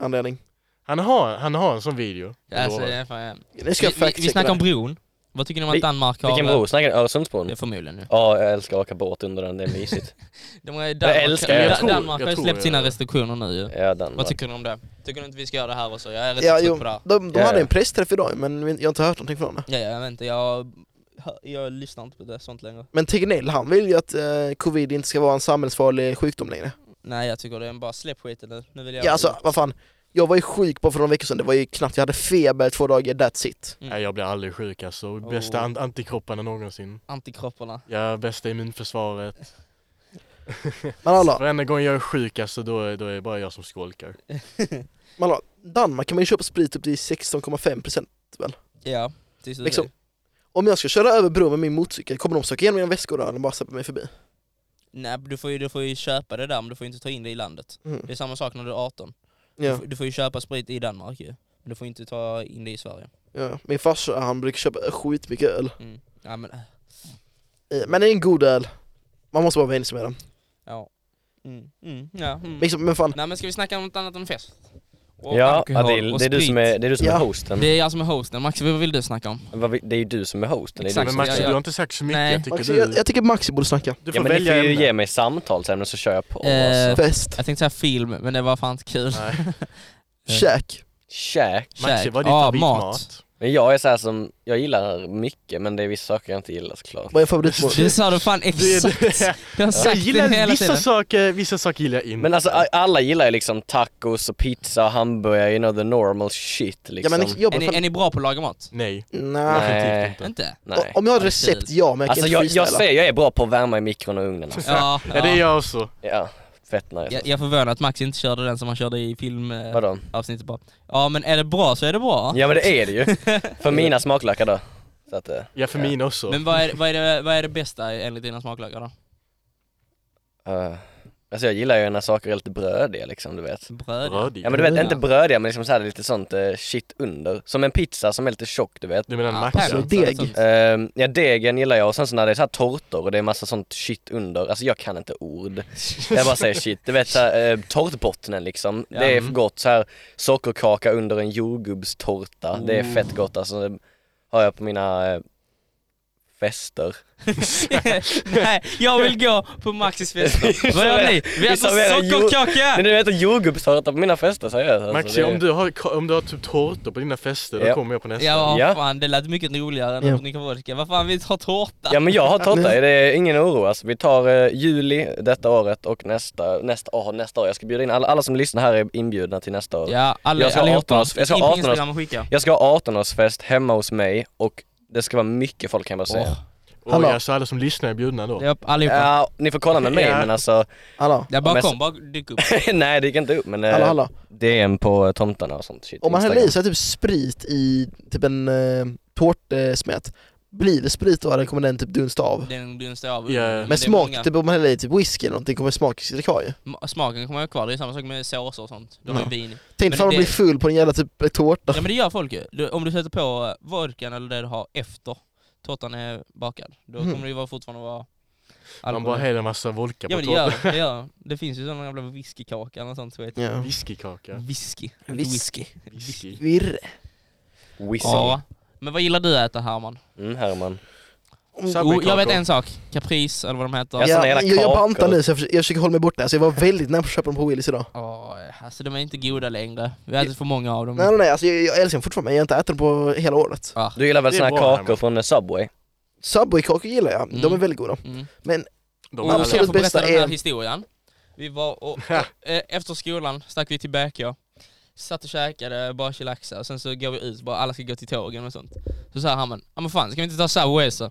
S3: anledning.
S1: Han har, han har en sån video. jag
S4: Alltså,
S1: lovar.
S4: det är fan, ja.
S3: Nu ska
S4: Vi,
S3: jag
S4: vi, vi
S3: fact-checka
S4: snackar om
S3: det.
S4: bron. Vad tycker ni om
S2: Vi-
S4: att Danmark har...
S2: Vilken bro? Snackar ni Öresundsbron?
S4: Ja, förmodligen ja.
S2: Ja, jag älskar att åka båt under den, det är mysigt.
S4: De har, Danmark,
S2: älskar- jag
S4: Dan-
S1: tror-
S4: Danmark
S1: jag
S4: har ju
S1: tror
S4: släppt
S1: jag-
S4: sina restriktioner nu ju.
S2: ja, den
S4: Vad tycker ni om det? Tycker ni inte vi ska göra det här också? Jag är rätt
S3: Ja,
S4: trött
S3: jo,
S4: på det här.
S3: de, de
S2: Ja,
S3: hade
S2: ja.
S3: en pressträff idag men jag har inte hört någonting från det.
S4: Ja, ja, jag vet inte, jag, hör- jag lyssnar inte på det sånt längre.
S3: Men Tegnell, han vill ju att eh, covid inte ska vara en samhällsfarlig sjukdom längre.
S4: Nej jag tycker det är bara släpp skiten nu. Nu vill jag...
S3: Ja alltså vad fan, jag var ju sjuk bara för några veckor sedan, det var ju knappt, jag hade feber två dagar, that's it.
S4: Mm.
S1: Nej jag blir aldrig sjuk alltså, bästa
S4: Oh.
S1: an- antikropparna någonsin.
S4: Antikropparna.
S1: Ja, bästa immunförsvaret.
S3: Men alla,
S1: Varenda gång jag är sjuk alltså då, är- då är det bara jag som skolkar.
S3: men alla Danmark kan man ju köpa sprit upp till 16,5%
S4: Ja, tills du
S3: liksom. Om jag ska köra över bron med min motorcykel, kommer de söka igen mina väskor då eller bara släppa mig förbi?
S4: Nej du får, ju, du får ju köpa det där men du får ju inte ta in det i landet.
S3: Mm.
S4: Det är samma sak när du är 18. Du,
S3: Ja,
S4: får- du får ju köpa sprit i Danmark ju. Men du får inte ta in det i Sverige.
S3: ja. Min farsa han brukar köpa skitmycket öl,
S4: Mm. Ja men, äh,
S3: Eh, men det är en god öl. Man måste bara vara enig med den.
S4: ja. Mm. Mm. ja. Mm.
S3: Liksom, men fan,
S4: Nej men ska vi snacka om något annat än fest? Och
S2: Ja,
S4: alkohol
S2: Adil,
S4: och
S2: det är du
S4: sprit.
S2: som är, det är, du som
S3: Ja.
S2: är hosten.
S4: Det är jag som är hosten, Max vad vill du snacka om?
S2: Vad vi- Det är ju du som är hosten. Det är du
S4: Exakt.
S1: Men
S2: som-
S1: Max,
S4: jag-
S1: du
S4: jag-
S1: har inte sagt så mycket,
S4: Nej.
S1: jag tycker
S3: Maxi,
S1: du,
S3: jag, jag tycker Maxi borde snacka.
S1: du får
S2: Ja, men ni får
S1: välja
S2: ju
S1: ämne.
S2: ge mig samtalsämnen så kör jag på.
S4: Eh,
S2: Alltså.
S3: Fest,
S4: Jag tänkte säga film, men det var fan inte kul.
S1: Nej.
S3: käk.
S2: Käk.
S1: Maxi,
S4: Käk.
S1: vad är din
S4: Ah,
S1: favoritmat?
S4: mat.
S2: Men jag är så här som, jag gillar mycket men det är vissa saker jag inte gillar såklart.
S3: Vad är favoritmål?
S4: Det sa du fan
S1: Det är
S4: exakt.
S1: det.
S4: Du har
S1: Jag
S4: sagt det
S1: gillar
S4: hela
S1: vissa
S4: tiden.
S1: saker, vissa saker gillar jag inte.
S2: Men alltså a- alla gillar ju liksom tacos och pizza och hamburgare, you know the normal shit
S3: Ja
S2: liksom.
S3: men
S4: Är
S3: jobbar
S4: ni, är ni bra på att laga mat?
S1: Nej,
S3: Nej.
S1: definitivt inte.
S4: Inte?
S2: Nej.
S3: Om jag har ett
S4: Nej,
S3: recept,
S4: kul.
S3: ja, men jag
S2: Alltså
S3: kan
S2: jag,
S3: inte
S2: jag
S3: freestyla.
S2: säger jag är bra på att värma i mikron och ugnen alltså.
S4: Ja,
S1: Ja, det är
S4: ja.
S1: jag också.
S2: Ja, fett nice.
S4: Jag, jag är förvånad att Max inte körde den som han körde i filmavsnittet
S2: Vadå?
S4: bara. Ja men är det bra så är det bra.
S2: Ja men det är det ju. För mina smaklökar då. Så att, eh,
S1: Ja, för
S2: Ja.
S1: min också.
S4: Men vad är, vad, är det, vad är det bästa enligt dina smaklökar då?
S2: eh, alltså jag gillar ju när saker är lite brödiga liksom du vet.
S4: Bröd?
S1: Brödig.
S2: Ja men du vet
S4: Brödiga.
S2: inte brödiga men liksom så här lite sånt eh, shit under. Som en pizza som är lite tjock du vet.
S1: Du menar
S4: Ja,
S1: Max? ja.
S4: pärlor.
S3: Så deg.
S4: Sånt.
S2: Ehm, ja degen gillar jag och sen så när det är så här tårtor och det är massa sånt shit under, alltså jag kan inte ord. Jag bara säger shit, du vet såhär eh, tårtbottnen liksom,
S4: Ja.
S2: det är
S1: Mm.
S2: gott så här sockerkaka under
S1: Mm.
S2: en jordgubbstårta, det är fett gott alltså. Det har jag på mina eh, fester.
S4: Alltså, Nej, jag vill gå på Maxis fester. Vad gör ni? Vi
S2: Vi
S4: äter
S2: serverar
S4: sockerkaka!
S2: Men du äter jordgubbstårta på mina fester seriöst alltså,
S1: Maxi,
S2: det-
S1: om du, har, om du har typ tårtor på dina fester, då
S2: Ja.
S1: kommer jag på nästa.
S4: Ja,
S2: Ja.
S4: fan det lät mycket roligare än
S3: Ja.
S4: att dricka vodka. Vad fan, vi tar tårta!
S2: Ja men jag har tagit det, det är ingen oro alltså. Vi tar eh, juli detta året och nästa, nästa, åh, nästa år. Jag ska bjuda in alla, alla som lyssnar här är inbjudna till nästa år.
S4: Ja, alla,
S2: Jag ska ha
S4: allihopa.
S2: 18-års- jag ska ha
S4: In på
S2: 18-års
S4: Instagram och skicka.
S2: Jag ska ha 18-årsfest hemma hos mig och det ska vara mycket folk kan jag bara säga.
S4: Åh,
S1: Och
S3: Hallå.
S1: jag så alla som lyssnar är bjudna då.
S4: Japp, allihopa.
S2: Ja, ni får kolla med mig
S1: Ja.
S2: men alltså,
S3: Hallå,
S4: Jag bara
S2: men-
S4: kom, bara dyk upp.
S2: nej det gick inte upp men eh,
S3: hallå, hallå.
S2: DM på eh, tomtarna och sånt shit.
S3: Om man häller
S2: Instagram.
S3: i sig typ sprit i typ en eh, tårtsmet, blir det sprit då eller kommer den typ dunsta av?
S4: Den dunstar av.
S1: Ja, ja.
S4: Men det
S3: Men
S4: är
S3: smak,
S4: många-
S3: typ om man häller i typ whisky eller någonting kommer smaken sitta kvar ju.
S4: ma- Smaken kommer vara kvar, det är samma sak med såser och sånt. De är
S3: Ja.
S4: vin.
S3: Tänk
S4: Men
S3: ifall man
S4: det-
S3: blir full på en jävla typ tårta.
S4: Ja men det gör folk ju. Du, om du sätter på eh, vodkan eller det du har efter tårtan är bakad, då
S3: Mm.
S4: kommer det ju vara- fortfarande vara
S1: Man bara
S4: alkohol.
S1: häller en massa vodka
S4: Ja
S1: på
S4: men det gör
S1: tårtan.
S4: det, det gör det. Det finns ju sådana jävla whiskykaka eller något sånt vet jag.
S3: Ja.
S1: Whiskykaka.
S4: Whisky.
S3: Whisky.
S1: Whisky.
S3: Virre.
S2: Whisky.
S4: Ja. Men vad gillar du att äta Herman?
S2: Mm, Herman.
S1: Mm.
S4: Jo, Oh, jag vet
S1: Subway-kakor.
S4: en sak. Capris eller vad de heter.
S2: Ja,
S3: Ja,
S2: såna
S3: jag,
S2: jävla
S3: jag
S2: kakor.
S3: bantar nu så jag försöker, jag försöker hålla mig borta, så jag var väldigt nära på att köpa dem på Willys idag.
S4: Åh, alltså de är inte goda längre. Vi har ätit för många av
S3: Nej
S4: dem. Ah.
S3: nej nej, alltså, jag, jag älskar dem fortfarande men jag har inte ätit dem på hela året.
S2: Du gillar väl
S1: Det är
S2: såna här
S1: bra,
S2: kakor
S1: Herman.
S2: från eh, Subway?
S3: Subway-kakor gillar jag, de är
S4: Mm.
S3: väldigt goda.
S4: Mm.
S1: De
S4: Och
S1: är
S3: absolut
S4: jag får berätta
S3: bästa
S4: den här
S3: är-
S4: historien. Vi var och, och, eh, efter skolan stack vi till BK, satt och käkade, bara chillaxa, och sen så går vi ut, bara alla ska gå till tågen och sånt. Så sa han men, ja men fan ska vi inte ta Subway så?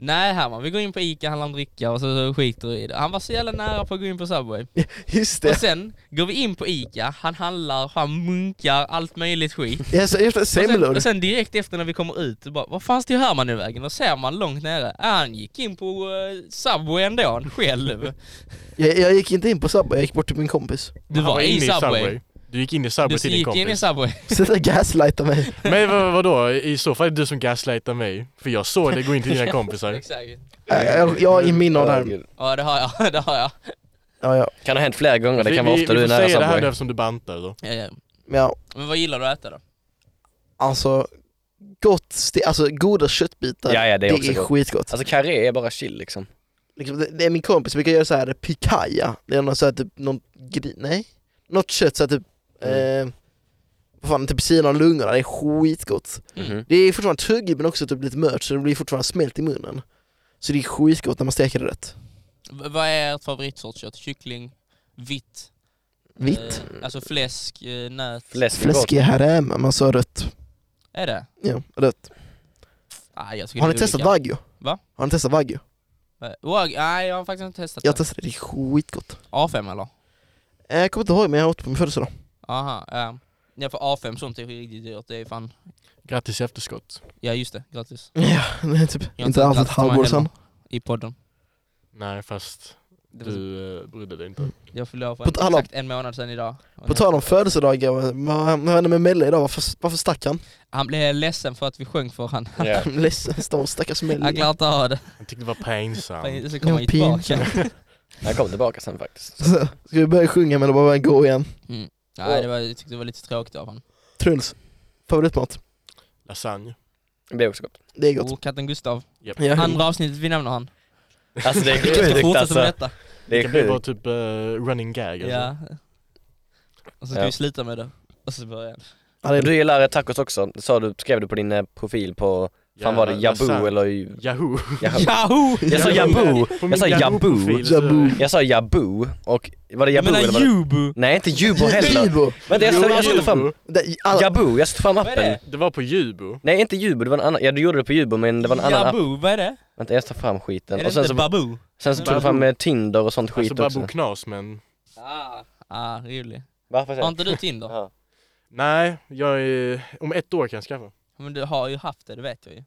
S4: Nej Herman, vi går in på Ica, handlar en dricka och så, så skiter vi i det. Han var så jävla nära på att gå in på Subway.
S3: Just
S4: Och
S3: det,
S4: sen går vi in på Ica, han handlar, han munkar, allt möjligt skit.
S3: jag sa- jag sa
S4: Och sen,
S3: semlor.
S4: och sen direkt efter när vi kommer ut, bara, vad fan står Herman nu i vägen? Och ser man långt nere, ah, han gick in på uh, Subway ändå, han själv.
S3: Jag, jag gick inte in på Subway, jag gick bort till min kompis.
S4: Du var, i Subway.
S1: Du gick in i Subway
S4: Du
S1: till din
S4: gick in i
S1: kompis.
S4: Subway.
S3: Sluta gaslighta mig.
S1: Men vad, vadå, i så fall är det du som gaslightar mig. För jag såg dig gå in till dina kompisar.
S4: Exakt.
S3: Jag, jag, jag är i min av det
S2: Ja,
S3: här.
S2: gud.
S4: Ja det har jag, det har jag.
S3: Ja, ja.
S2: Kan ha hänt flera gånger, det kan vara
S1: vi,
S2: ofta
S1: vi,
S2: du
S1: vi
S2: är
S1: får
S2: nära
S1: säga det här nu
S2: Subway.
S1: eftersom du bantar då.
S4: Ja, ja.
S3: Men ja,
S4: Men vad gillar du att äta då?
S3: alltså gott, ste- alltså goda köttbitar.
S2: Ja, ja, det är också gott.
S3: skitgott.
S2: Alltså karré är bara chill liksom.
S3: Liksom, det, det är min kompis som brukar göra så här pikaja, det är någon så här typ, någon gri, nej? Något kött så här typ,
S2: Mm.
S3: eh, vad fan, typ sidan av lungorna, det är skitgott.
S2: Mhm.
S3: Det är fortfarande tuggigt men också typ lite mört så det blir fortfarande smält i munnen. Så det är skitgott när man steker det rätt.
S4: V- vad är ert favoritsorts kött? Kyckling? Vitt?
S3: Vitt.
S4: Eh, alltså fläsk, eh, nöt?
S2: Fläsk Mm. är gott.
S3: Fläskig här hemma, man sa rött.
S4: Är det?
S3: Ja, rött.
S4: Ah, jag tycker
S3: Har ni
S4: det är
S3: testat
S4: olika.
S3: wagyu?
S4: Va?
S3: Har ni testat wagyu?
S4: Eh, wag- Nej jag har faktiskt inte testat
S3: Jag
S4: det.
S3: testade, det är skitgott.
S4: A5 eller?
S3: Eh, Jag kommer inte ihåg men jag åt på min födelsedag.
S4: Aha, ehm. ja för A5 sånt är riktigt dyrt, det är fan...
S1: Grattis i efterskott.
S4: Ja just det, grattis.
S3: Ja, det är typ
S4: har
S3: inte alls ett
S4: testat de här
S3: halvår
S4: heller
S3: sedan.
S4: I podden.
S1: Nej fast
S4: Det var,
S1: du eh, brydde dig inte.
S4: Jag fyllde år för
S3: På
S4: en,
S3: tal om-
S4: exakt en månad sedan idag.
S3: På tal om födelsedagar, vad vad hände med Melle idag? Varför, varför stack han?
S4: Han blev ledsen för att vi sjöng för han.
S2: Ja.
S3: Ledsen stor stackars
S4: Han
S3: Melle.
S4: klarar inte av det.
S1: Jag tyckte det var pinsamt.
S4: Så kommer han ju
S3: Ja, pinsamt.
S4: tillbaka.
S2: Han kom tillbaka sen faktiskt.
S3: Ska vi börja sjunga men bara börja gå igen?
S4: Nej, det var, jag tyckte det var lite tråkigt av honom.
S3: Truls, favoritmat?
S1: Lasagne.
S2: Det blev också gott.
S3: Det är gott.
S4: Och katten Gustav.
S3: Ja.
S4: Andra avsnittet vi nämner Oh. han.
S2: Alltså det är
S4: Vi ska
S2: sjukt
S4: fortsätta med
S2: alltså.
S4: detta.
S2: Det
S1: Det
S2: är
S1: kan bli bara
S2: sjukt.
S1: typ eh, running gag alltså.
S4: Ja. Och så ska
S2: Ja.
S4: vi sluta med det. Och så börjar jag.
S3: Ja, det är-
S2: Du gillar eh, tacos också, sa du, skrev du på din eh, profil på, fan var det,
S1: Jävla lasagne.
S2: Jaboo eller ju-
S1: Yahoo!
S2: Yahoo?
S4: Yahoo!
S2: Jag sa Jaboo, jag sa Jaboo,
S3: Jaboo.
S2: jag sa Jaboo och var det
S4: Jag
S2: Jaboo eller
S4: menar
S2: var det?
S4: Jubo!
S2: Nej inte Jubo heller.
S3: Ibo!
S2: Vänta jag satte- jag satte fram,
S3: Det- alla-
S2: Jaboo, jag satte fram
S4: Vad är
S2: appen.
S4: det?
S1: Det var på Jubo.
S2: Nej inte Jubo, det var en annan, ja du gjorde det på Jubo men det var en annan app.
S4: Jaboo, vad är det?
S2: Vänta jag tar fram skiten
S4: Är
S2: och
S4: det
S2: sen
S4: inte
S2: så,
S4: Baboo?
S2: sen så tog du fram eh, Tinder och sånt
S1: Alltså
S2: skit
S1: Babbo
S2: också.
S1: Knas men...
S4: Ah, ah rolig.
S2: Varför
S4: Har
S2: säger
S4: inte du Tinder?
S2: Jaha.
S1: Nej, jag är... Om ett år kan jag skaffa.
S4: Men du har ju haft det, det vet jag ju.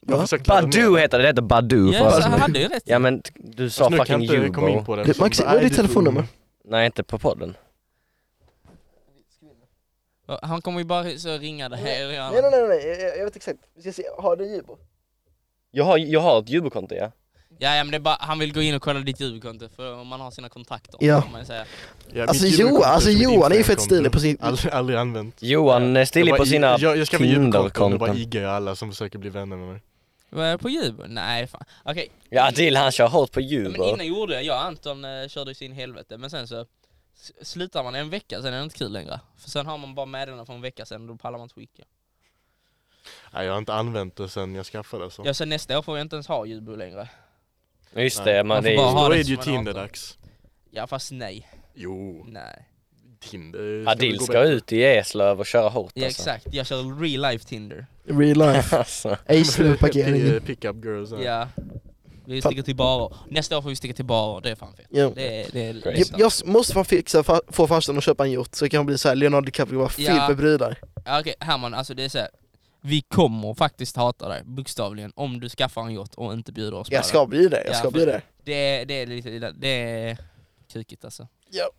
S1: Jag har
S3: Va?
S1: försökt ladda ner
S2: Badoo
S1: det.
S2: heter det, det heter Badoo för
S4: Ja, så
S3: fan.
S4: han eh, hade ju rätt.
S2: Ja men t- du sa
S1: Fast nu kan
S2: fucking
S1: jag inte komma in
S2: Jubo.
S1: på det.
S3: Du,
S1: eftersom
S3: Maxi,
S1: det
S3: vad är ditt
S1: lite
S3: telefonnummer?
S1: ung.
S2: Nej inte på podden.
S4: Han kommer ju bara så ringa dig och göra
S3: Nej nej nej, nej, jag- jag vet exakt. Vi ska se, har du Ibo?
S2: Jag har, jag har ett Jubo-konto ja.
S4: Ja, ja men det är bara, han vill gå in och kolla ditt Jubo-konto för om man har sina kontakter
S3: Ja.
S4: kan man ju säga.
S1: Ja, mitt Alltså.
S3: Alltså
S1: Jubo-konto
S3: Johan, alltså
S1: är som ett
S3: Johan är ju fett
S1: Instagram-konto.
S3: stilig på sin...
S1: Aldrig, aldrig använt.
S2: Johan eh, stilig
S1: Jag bara
S2: på
S1: i-
S2: sina
S1: Jag, jag skaffar Jubo-konto och bara
S2: Tinder-konton.
S1: iggar jag alla som försöker bli vänner med mig.
S4: Var jag på Djurgården? Nej fan. Okej,
S2: Ja Adil han kör hårt på
S4: Ja,
S2: Djurgården.
S4: men innan gjorde jag, jag och Anton eh, körde ju sin helvete men sen så s- slutar man en vecka sen är det inte kul längre. För sen har man bara meddelanden från en vecka sen och då pallar man inte skicka.
S1: Nej, jag har inte använt det sen jag skaffade det så.
S4: Ja sen nästa år får jag inte ens ha ljudbo längre.
S2: Just
S1: Nej.
S2: det, man,
S4: Man får
S2: det är
S4: bara
S2: ju...
S4: ha-
S1: Då
S4: det
S1: är det
S4: som
S1: ju
S4: en
S1: Tinder-dags.
S4: Ja fast nej,
S1: Jo,
S4: nej.
S1: Tinder ska väl
S2: Adil
S1: gå
S2: ska
S1: bättre.
S2: ut i Eslöv och köra hårt
S4: Ja,
S2: alltså.
S4: exakt, jag kör real life tinder.
S3: Real life.
S2: alltså.
S1: Det
S3: Ace-parkering.
S1: är eh, Pickup girls. här.
S4: Ja. Vi
S3: Fan.
S4: sticker till barer. Nästa år får vi sticka till barer, det är fan fett.
S3: Jo.
S4: Det är, det är
S2: Great.
S3: Jag,
S4: liksom-
S3: jag måste fan fixa, fa- få farsan att köpa en yacht så det kan bli såhär Leonardo DiCaprio bara fylld
S4: Ja.
S3: med brudar.
S4: Ja, Okej Herman, alltså det är så här. Vi kommer faktiskt hata dig, bokstavligen, om du skaffar en yacht och inte bjuder oss på
S3: Jag ska bli det, jag
S4: Ja,
S3: ska
S4: för-
S3: bli det.
S4: det. Det, det är lite, det är kukigt alltså.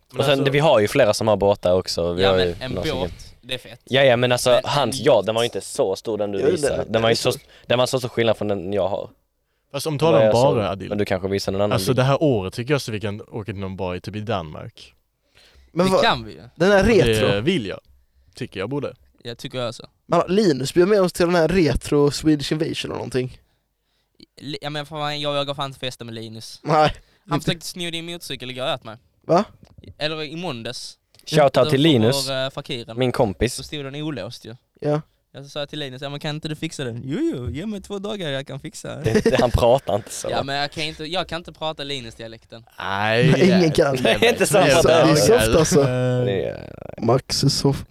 S1: Men
S2: Och sen,
S1: alltså-
S2: vi har ju flera som har båtar också. Vi
S4: ja
S2: har ju
S4: men en
S2: några
S4: båt,
S2: stycken.
S4: det är fett.
S2: Ja, ja men alltså
S4: Men en
S2: hans,
S4: båt.
S2: ja den var ju inte så stor den du
S3: Jo, den-
S2: visade. Den,
S3: den
S2: var
S3: är
S2: ju så,
S3: stor.
S2: den var så stor skillnad från den jag har.
S1: Fast alltså, om vi
S2: Vad
S1: talar om
S2: jag sa.
S1: bara
S2: Men
S4: Mm.
S1: Adil.
S2: du kanske visar någon annan
S1: Alltså
S2: bild.
S1: det här året tycker jag så vi kan åka till någon bar i typ i Danmark.
S3: Men
S4: det
S3: vad,
S4: kan vi ju.
S3: den här retro,
S1: Det vill jag. Tycker jag borde.
S4: Jag tycker jag så.
S3: man, Linus bjöd med oss till den här retro Swedish Invasion eller någonting.
S4: Li- Ja, men fan, jag vågar fan inte festa med Linus.
S3: Nej.
S4: Han försökte sno din motorcykel igår åt mig.
S3: Va?
S4: Eller i måndags.
S2: Shoutout till
S4: Utanför
S2: Linus,
S4: Vår, eh, fakiren.
S2: min
S4: Så
S2: kompis.
S4: stod den olåst ju.
S3: Ja.
S4: Jag så sa jag till Linus, ja, men kan inte du fixa den? Jo, jo, ge mig två dagar jag kan fixa
S2: Det, det, han pratar inte så.
S4: Ja men jag kan inte, jag kan inte prata Linus-dialekten.
S1: Nej.
S3: Nej, ingen kan.
S2: Det är inte sant.
S3: Så- det är soft, alltså.
S2: Det är-
S3: Maxe soff...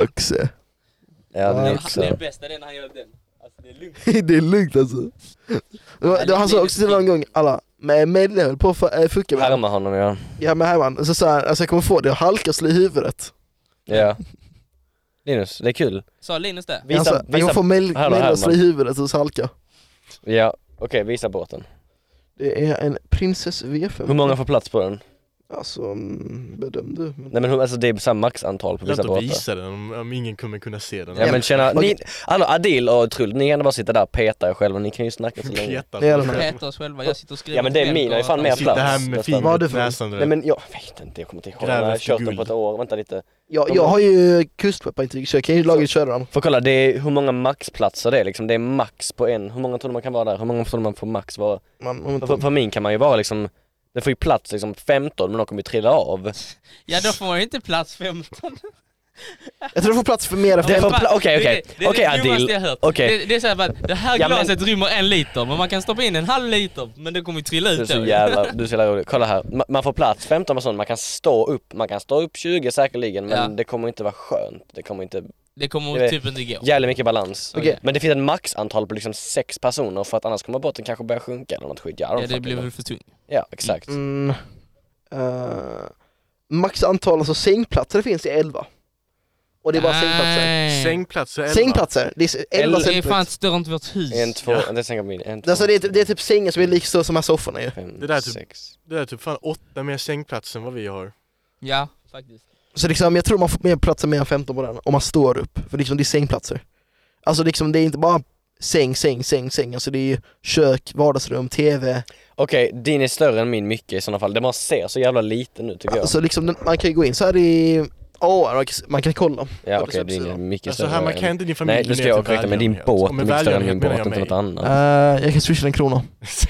S3: Maxe.
S2: ja, det är
S3: Ja.
S4: Det är det
S2: också.
S4: bästa, det är när han gör den. Alltså det är lugnt.
S3: det är lugnt alltså. Det var, det var han sa också till någon gång, alla, med medley höll på att äh, fucka med
S2: Härma honom ja.
S3: Ja men Herman, så sa han, alltså jag kommer få det att halka och slå i huvudet.
S2: ja. Linus, det är kul.
S4: Sa Linus det?
S2: Visa,
S3: han sa, jag
S2: visa,
S3: kommer få medley
S2: Hallå,
S3: medley att slå i
S2: Herman.
S3: huvudet och så halka.
S2: ja. Okej, visa båten.
S3: Det är en Princess V5.
S2: Hur många får plats på den?
S3: Alltså, mm, bedöm du. Men...
S2: Nej men hur- alltså det är samma maxantal på
S1: Jag vill
S2: vissa
S1: inte
S2: båtar.
S1: visa den om, om ingen kommer kunna se den.
S2: Ja men tjena,
S3: Okej.
S2: ni, alla Adil och Trull, ni kan bara sitta där och peta er själva, ni kan ju snacka så länge.
S1: Petar
S3: Det är
S1: på
S3: den här.
S1: den.
S4: Peter oss själva, jag sitter och skriver
S2: Ja, men det är
S4: dokument
S2: min, jag är
S4: och-
S2: fan med.
S1: Sitta här med
S2: Plats,
S1: fingret
S3: nästan.
S1: i näsan
S2: Nej
S1: direkt.
S2: men jag vet inte, jag kommer inte ihåg.
S1: Gräver
S2: Jag har
S1: efter
S2: kört den
S1: guld.
S2: på ett år, vänta lite.
S3: Ja, jag har ju kustpepparintyg så jag kan ju lagligt köra den.
S2: Får kolla, det är hur många maxplatser det är liksom. Det är max på en. Hur många tror du man kan vara där? Hur många tror du man får max vara?
S3: Man, man,
S2: På, på min kan man ju vara liksom, det får ju plats liksom 15 men de kommer ju trilla av.
S4: Ja då får man ju inte plats 15.
S3: jag tror du får plats för mer än
S2: Det
S3: fem.
S2: får pla- okej, okej.
S4: Det- det är
S2: Okej,
S4: det dummaste
S2: Adil.
S4: jag hört.
S2: Okej.
S4: Det, det är såhär bara, det här
S2: Ja, men-
S4: glaset rymmer en liter men man kan stoppa in en halv liter men det kommer ju trilla
S2: Du är
S4: ut
S2: så
S4: då.
S2: jävla, du är så jävla rolig. Kolla här, Ma- man får plats 15 personer, man kan stå upp, man kan stå upp 20 säkerligen men
S4: Ja.
S2: det kommer inte vara skönt. Det kommer inte,
S4: Det kommer
S2: Jag
S4: typ inte gå.
S2: jävligt mycket balans.
S3: Okej.
S2: Men det finns ett maxantal på liksom 6 personer för att annars kommer båten kanske börja sjunka eller något skit. Ja, de
S4: Ja, det
S2: fucking-
S4: blir väl för tungt.
S2: ja exakt.
S3: Mm, eh, max antal alltså sängplatser det finns i 11. Och det är bara sängplatser.
S1: Sängplatser elva.
S3: Sängplatser, det är s- 11
S4: Det är fan
S3: sängplatser.
S4: större än vårt hus.
S2: En, två, det är min, en, två,
S3: Alltså det är, typ- det är typ sängen som är lika stor som de här sofforna ju.
S2: fem,
S1: Det där är typ-
S2: sex.
S1: Det är typ fan åtta mer sängplatser än vad vi har.
S4: Ja, faktiskt.
S3: Så liksom, jag tror man får mer platser mer än 15 på den om man står upp. För liksom det är sängplatser. Alltså liksom det är inte bara säng, säng, säng, säng. Alltså det är ju kök, vardagsrum, TV.
S2: Okej, din är större än min mycket i sådana fall. Den bara ser så jävla liten ut tycker jag.
S3: Alltså liksom den, man kan ju gå in så här i AR, man kan- man kan kolla.
S2: ja
S3: på
S2: okej,
S3: det
S2: din är
S3: sättet
S2: mycket
S1: Alltså
S2: större
S1: här, man
S2: än-
S1: kan inte din familj
S2: Nej nu ska jag korrekta mig, din båt är mycket större än min båt, inte något annat.
S3: Eh, jag kan swisha en krona.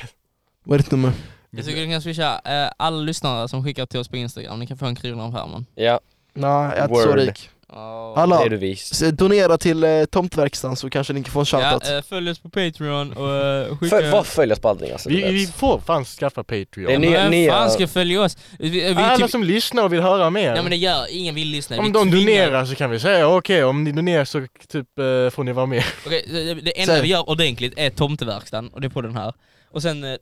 S3: Vad är ditt nummer?
S4: Jag tycker du kan swisha eh, alla lyssnare som skickar till oss på Instagram, ni kan få en krona av Herman.
S2: Ja,
S3: Nej, jag är inte så
S2: Word.
S3: rik.
S4: Oh.
S2: det
S3: Alla,
S2: är du vis.
S3: s- donera till eh, tomtverkstan så kanske ni kan få en
S4: Ja,
S3: shoutout.
S4: eh, följ oss på Patreon och eh, skicka...
S2: För, vad följ oss på allting alltså?
S1: Vi,
S2: det
S1: vi
S2: vi,
S1: får fan skaffa Patreon.
S2: Det är ni-
S4: Vem
S2: nya-
S4: fan ska följa oss? Vi, vi, är
S1: Alla
S4: typ...
S1: som lyssnar och vill höra mer.
S4: Ja men det gör, ingen vill lyssna.
S1: om
S4: Vi
S1: de
S4: tvingar-
S1: donerar så kan vi säga okej, om ni donerar så typ eh, får ni vara med.
S4: Okej, det- det enda
S3: Så-
S4: vi gör ordentligt är tomteverkstan och det är på den här. Och sen eh,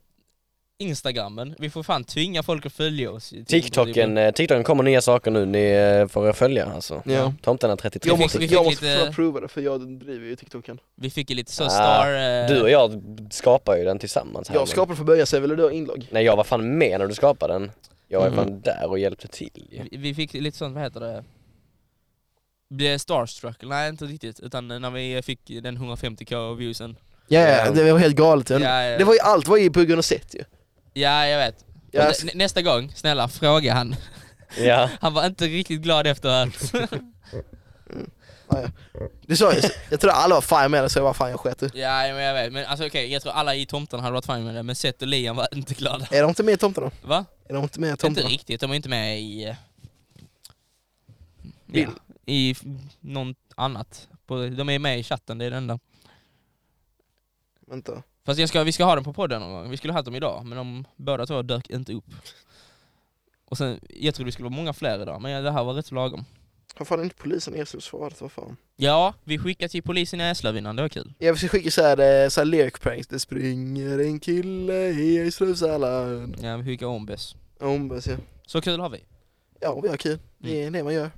S4: Instagrammen, vi får fan tvinga folk att följa oss. Till-
S2: TikToken, eh, TikToken kommer nya saker nu, ni eh, får följa alltså.
S3: Ja.
S2: Tomten 33
S3: Jag
S4: vi
S3: måste,
S4: fick
S3: jag måste
S4: lite-
S3: få prova det för jag driver ju Tiktoken.
S4: Vi fick ju lite så
S2: Ah,
S4: star... eh,
S2: Du och jag skapar ju den tillsammans här, men-
S3: Jag skapade från början, sen ville du ha inlogg.
S2: Nej jag var fan med när du skapade den. Jag var
S3: Mm.
S2: fan där och hjälpte till ju.
S4: vi, vi fick lite sånt, vad heter det? Blev starstruck? Nej inte riktigt, utan när vi fick den 150k viewsen.
S3: Ja,
S2: Ja.
S3: det var helt galet.
S4: Ja,
S3: ju.
S4: ja.
S3: Det var ju allt, var ju på grund av set ju.
S4: ja jag vet.
S3: Jag,
S4: Nä- Nästa gång, snälla fråga han.
S2: Ja.
S4: Han var inte riktigt glad efter att...
S3: Ja, ja. Det sa jag, jag tror alla var fine med det så jag var fan jag sket i.
S4: Ja, men jag vet. Men alltså okej, jag tror alla i tomten hade varit fine med det, men Seth och Liam var inte glada.
S3: Är de inte med i tomten då?
S4: Va?
S3: Är de inte med i
S4: Inte
S3: tomten?
S4: riktigt, de var inte med i... eh,
S3: Bild.
S4: Ja, I f- något annat. På- De är med i chatten, det är det enda.
S3: Vänta.
S4: Fast jag ska, vi ska ha dem på podden någon gång, vi skulle ha haft dem idag, men de båda två dök inte upp. Och sen, jag trodde vi skulle vara många fler idag, men det här var rätt så lagom.
S3: Har fan inte polisen erkänt svaret? Vad fan?
S4: Ja, vi skickade till polisen i Eslöv innan, det var kul.
S3: Jag ska skicka eh, såhär, såhär lyric pranks. Det springer en kille i Eslövs land.
S4: Ja, vi skickade ombes.
S3: Ombes ja.
S4: Så kul har vi.
S3: Ja, vi har kul. Det är
S4: Mm.
S3: det man gör.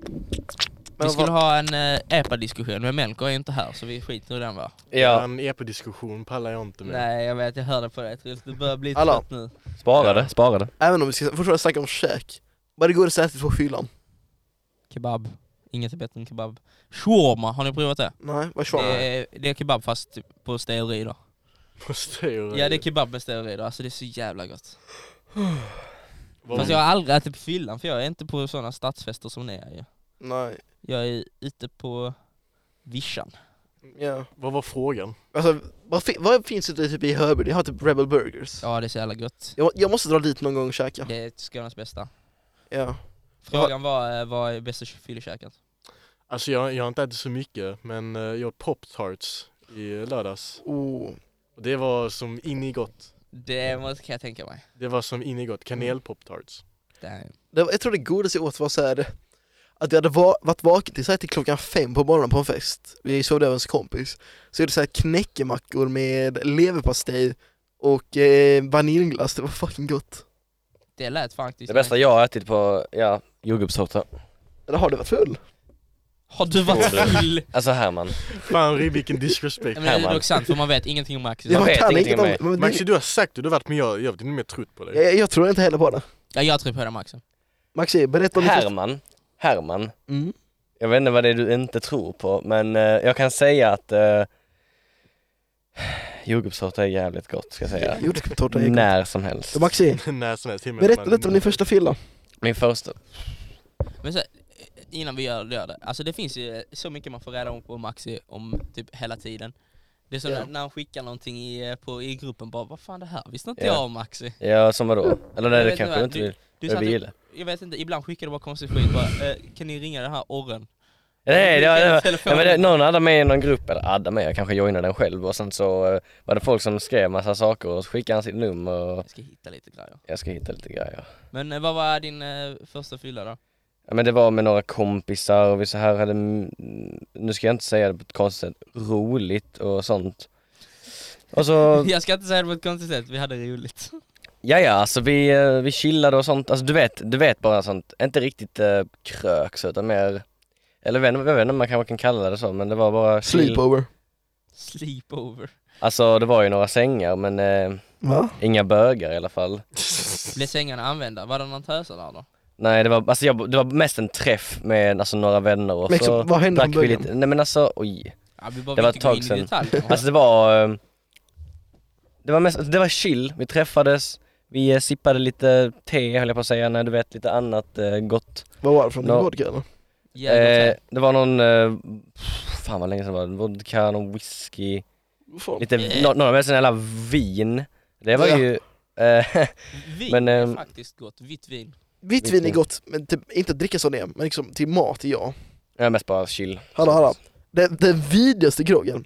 S4: Vi
S3: Men
S4: skulle
S3: vad,
S4: ha en eh, EPA-diskussion, men Melker är ju inte här så vi skiter i den va?
S2: Ja,
S1: En epadiskussion pallar jag inte med.
S4: Nej, jag vet, jag hörde på dig Truls, du börjar bli
S3: Hallå.
S4: trött nu.
S2: sparade, sparade.
S3: även om vi ska fortfarande snacka om käk. Vad det går att säga till två fyllan?
S4: Kebab. Inget är bättre än kebab. Shawarma, har ni provat det?
S3: Nej, vad
S4: Det
S3: svarar jag?
S4: är, det är kebab fast typ på steroider.
S1: Måste jag göra
S4: Ja det är kebab med steroider, alltså det är så jävla gott.
S1: Vad-
S4: Fast jag har aldrig ätit på fyllan för jag är inte på sådana stadsfester som ni är ju.
S3: Nej,
S4: Jag är ute på vischan.
S3: ja.
S1: Vad var frågan?
S3: Alltså, vad, fi- vad finns det typ i Hörby? Jag har typ Rebel Burgers.
S4: Ja det är så jävla gott.
S3: Jag, jag måste dra dit någon gång och käka.
S4: Det är Skånes bästa.
S3: Ja.
S4: Frågan var, eh, vad är bästa fyllekäket?
S1: Alltså jag, jag har inte ätit så mycket, men eh, jag åt pop-tarts i lördags.
S3: Oh.
S1: Och det var som in i gott.
S4: Det måste kan jag tänka mig.
S1: Det var som in i gott. Kanel-pop-tarts.
S4: Damn.
S3: Det, var- jag tror det godaste jag åt var såhär, att jag hade va- varit vaken till, så här, till klockan fem på morgonen på en fest. Vi sov där hos en kompis. Så gjorde jag så här knäckemackor med leverpastej och eh, vaniljglass, det var fucking gott.
S4: Det lät faktiskt...
S2: Det bästa jag har ätit på, ja, jordgubbstårta.
S3: Eller har du varit full?
S4: Har du varit
S2: Tror du?
S4: full?
S2: Alltså Herman,
S1: Fan Rib, vilken disrespect.
S4: Nej, men det är
S2: Herman.
S4: dock sant för man vet ingenting om Axis.
S2: Ja.
S3: man
S2: vet ingenting
S3: inget om-
S2: om det.
S3: men
S1: Maxi
S3: det-
S1: du har sagt det, du har varit med, jag, jag blir mer trött på dig.
S3: jag, jag tror inte heller på det.
S4: Ja, jag tror på det Max.
S3: Maxi, berätta om ditt första-
S2: Herman, Herman.
S3: Mm.
S2: Jag vet inte vad det är du inte tror på, men eh, jag kan säga att eh, jordgubbstårta är jävligt gott ska jag säga.
S3: Jordgubbstårta är gott.
S2: När som helst.
S3: Så Maxi,
S1: När som helst, himmel.
S3: berätta lite om din första fylla.
S2: Min första,
S4: Men så, innan vi gör gör det, alltså det finns ju så mycket man får reda på Maxi om typ hela tiden. Det är som
S3: Ja.
S4: när- när han skickar någonting i, eh, på, i gruppen bara vad fan det här visste inte
S2: Ja.
S4: jag om Maxi.
S2: ja som vadå? Eller nej
S4: Jag
S2: det
S4: vet
S2: kanske du
S4: inte
S2: inte
S4: vad-
S2: vill,
S4: Du
S2: jag
S4: satt
S2: vill.
S4: upp, jag vet inte, ibland skickar du bara konstig skit bara, eh, kan ni ringa den här orren?
S2: Nej, det var, det var,
S4: Telefonen.
S2: ja, men det, någon hade med i någon grupp, eller hade med, jag kanske joinade den själv och sen så eh, var det folk som skrev massa saker och så skickade han sitt nummer och
S4: Jag ska hitta lite grejer.
S2: jag ska hitta lite grejer.
S4: Men eh, vad var din eh, första fylla då?
S2: Ja, men det var med några kompisar och vi så här hade, mm, nu ska jag inte säga det på ett konstigt sätt, roligt och sånt. Och så,
S4: Jag ska inte säga det på ett konstigt sätt, vi hade roligt.
S2: ja ja alltså vi, eh, vi chillade och sånt, alltså du vet, du vet bara sånt, inte riktigt eh, kröks utan mer, eller jag vet inte- jag vet inte om man kanske kan kalla det så men det var bara chill.
S3: Sleepover.
S4: Sleepover.
S2: Alltså det var ju några sängar men eh,
S3: Va?
S2: inga bögar i alla fall.
S4: Blev sängarna använda? Var det någon tösa där då?
S2: Nej det var, alltså jag, det var mest en träff med alltså, några vänner och
S3: Men
S2: så
S3: liksom, vad hände från
S2: Alltså, drack vi
S3: början?
S2: lite, nej men alltså oj.
S4: Ja, vi bara
S2: Det
S4: vill
S2: var
S4: inte
S2: ett
S4: gå
S2: tag
S4: in i
S2: sedan.
S4: detalj.
S2: Alltså det var, eh, det var mest, det var chill, vi träffades, vi eh, sippade lite te höll jag på att säga, nej du vet lite annat eh, gott.
S3: Vad var det från din
S2: Ja.
S3: vodka eller?
S4: Jävlar,
S2: Eh, det var någon, eh, pff, fan vad länge sedan det var, vodka, någon whisky,
S3: Fan.
S2: lite,
S4: Eh.
S2: no, några med sån jävla vin. Det var
S3: Ja.
S2: ju, eh,
S4: Vin
S2: Men,
S4: är
S2: ehm,
S4: faktiskt gott, vitt vin.
S3: Vitt vin är gott, men typ, inte att dricka som det är, men liksom till mat är jag.
S2: ja, mest bara chill.
S3: Hallå, hallå. Den, den vidrigaste krogen.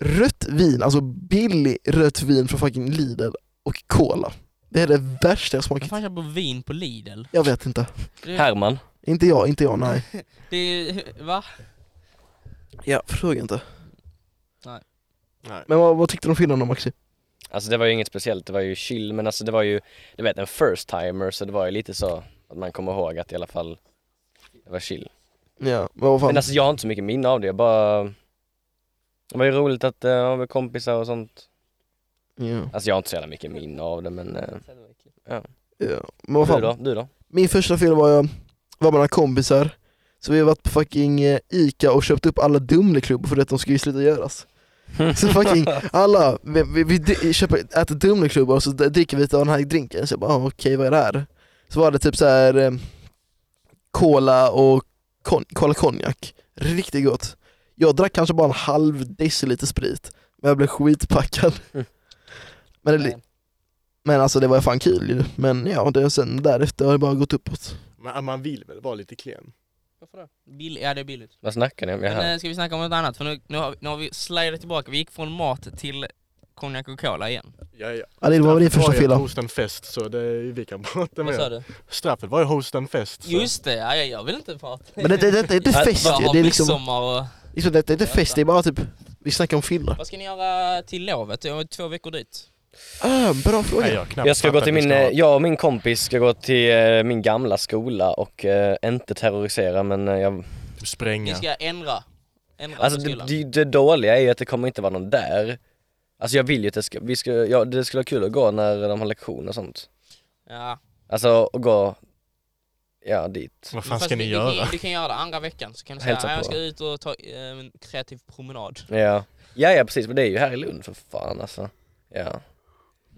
S3: Rött vin, alltså billig rött vin från fucking Lidl och cola. Det är det värsta jag
S4: Vad
S3: smakat.
S4: fan köper vin på Lidl?
S3: Jag vet inte.
S2: Herman,
S3: Inte jag, inte jag, nej.
S4: Det är, va?
S3: Ja, fråga inte.
S1: Nej.
S3: Men vad, vad tyckte du om filmen då Maxi?
S2: Alltså det var ju inget speciellt, det var ju chill men alltså det var ju, du vet en first timer så det var ju lite så att man kommer ihåg att i alla fall det var chill.
S3: Ja, men vad fan.
S2: Men alltså jag har inte så mycket minne av det, jag bara Det var ju roligt att eh, ha med kompisar och sånt.
S3: ja,
S2: Alltså jag har inte så jävla mycket minne av det men eh,
S3: ja. Men vad
S2: Du
S3: fan.
S2: då? Du då?
S3: Min första film var jag var med några kompisar, så vi har varit på fucking eh, Ica och köpt upp alla Dumleklubbor för att de ska ju sluta göras. Så fucking alla, vi, vi, vi dri- köper, äter Dumleklubbor och så d- dricker vi lite av den här drinken, så jag bara "Ah, okej vad är det här? Så var det typ så här eh, Cola och kon- Cola konjak. Riktigt gott. Jag drack kanske bara en halv deciliter sprit, men jag blev skitpackad.
S2: Mm.
S3: Men, det, men alltså det var fan kul ju. Men ja, det, sen därefter har det bara gått uppåt.
S1: Man, man vill väl vara lite klen?
S4: Varför det? Bill, ja det är billigt.
S2: Vad snackar ni om?
S4: Men
S2: Jaha.
S4: eh, ska vi snacka om något annat? För nu, nu, har, vi- nu har vi slidat tillbaka, vi gick från mat till konjak och cola igen.
S1: Ja, ja.
S3: Ja, det var väl din första
S1: Straffet var ju att
S3: fylla.
S1: hosta en fest så det, vi kan prata
S4: Vad sa
S1: med
S4: du?
S1: Straffet var ju hosta en fest. Så.
S4: Just det, ja, ja, jag vill inte prata.
S3: Men det, det, det, det är inte
S2: Ja,
S3: fest
S4: Jag
S3: ju.
S4: har
S3: Det är liksom,
S4: midsommar och...
S3: liksom det, det är inte fest, det är bara typ, vi snackar om fylla.
S4: Vad ska ni göra till lovet? Jag har två veckor dit.
S3: Ah, bra
S1: Nej,
S3: fråga.
S1: jag, har knappt
S2: Jag ska gå
S1: fattat
S2: till
S1: att vi
S2: min,
S1: ska
S2: eh,
S1: ha-
S2: jag och min kompis ska gå till eh, min gamla skola och eh, inte terrorisera men eh, jag,
S1: typ
S4: Ni
S1: spränga.
S4: ska ändra. Ändra
S2: alltså
S4: på
S2: det,
S4: skolan.
S2: det, det dåliga är ju att det kommer inte vara någon där. Alltså jag vill ju att det ska, vi ska, ja, det skulle vara kul att gå när de har lektion och sånt.
S4: Ja.
S2: Alltså att gå, ja dit.
S1: Vad fan
S4: Fast
S1: ska
S4: du-
S1: ni
S4: du kan-
S1: göra?
S4: Du kan göra det andra veckan, så kan du säga
S2: Hälsa
S4: "Nej, jag
S2: på."
S4: ska ut och ta eh, en kreativ promenad.
S2: Ja. ja, ja precis men det är ju här i Lund för fan alltså. Ja.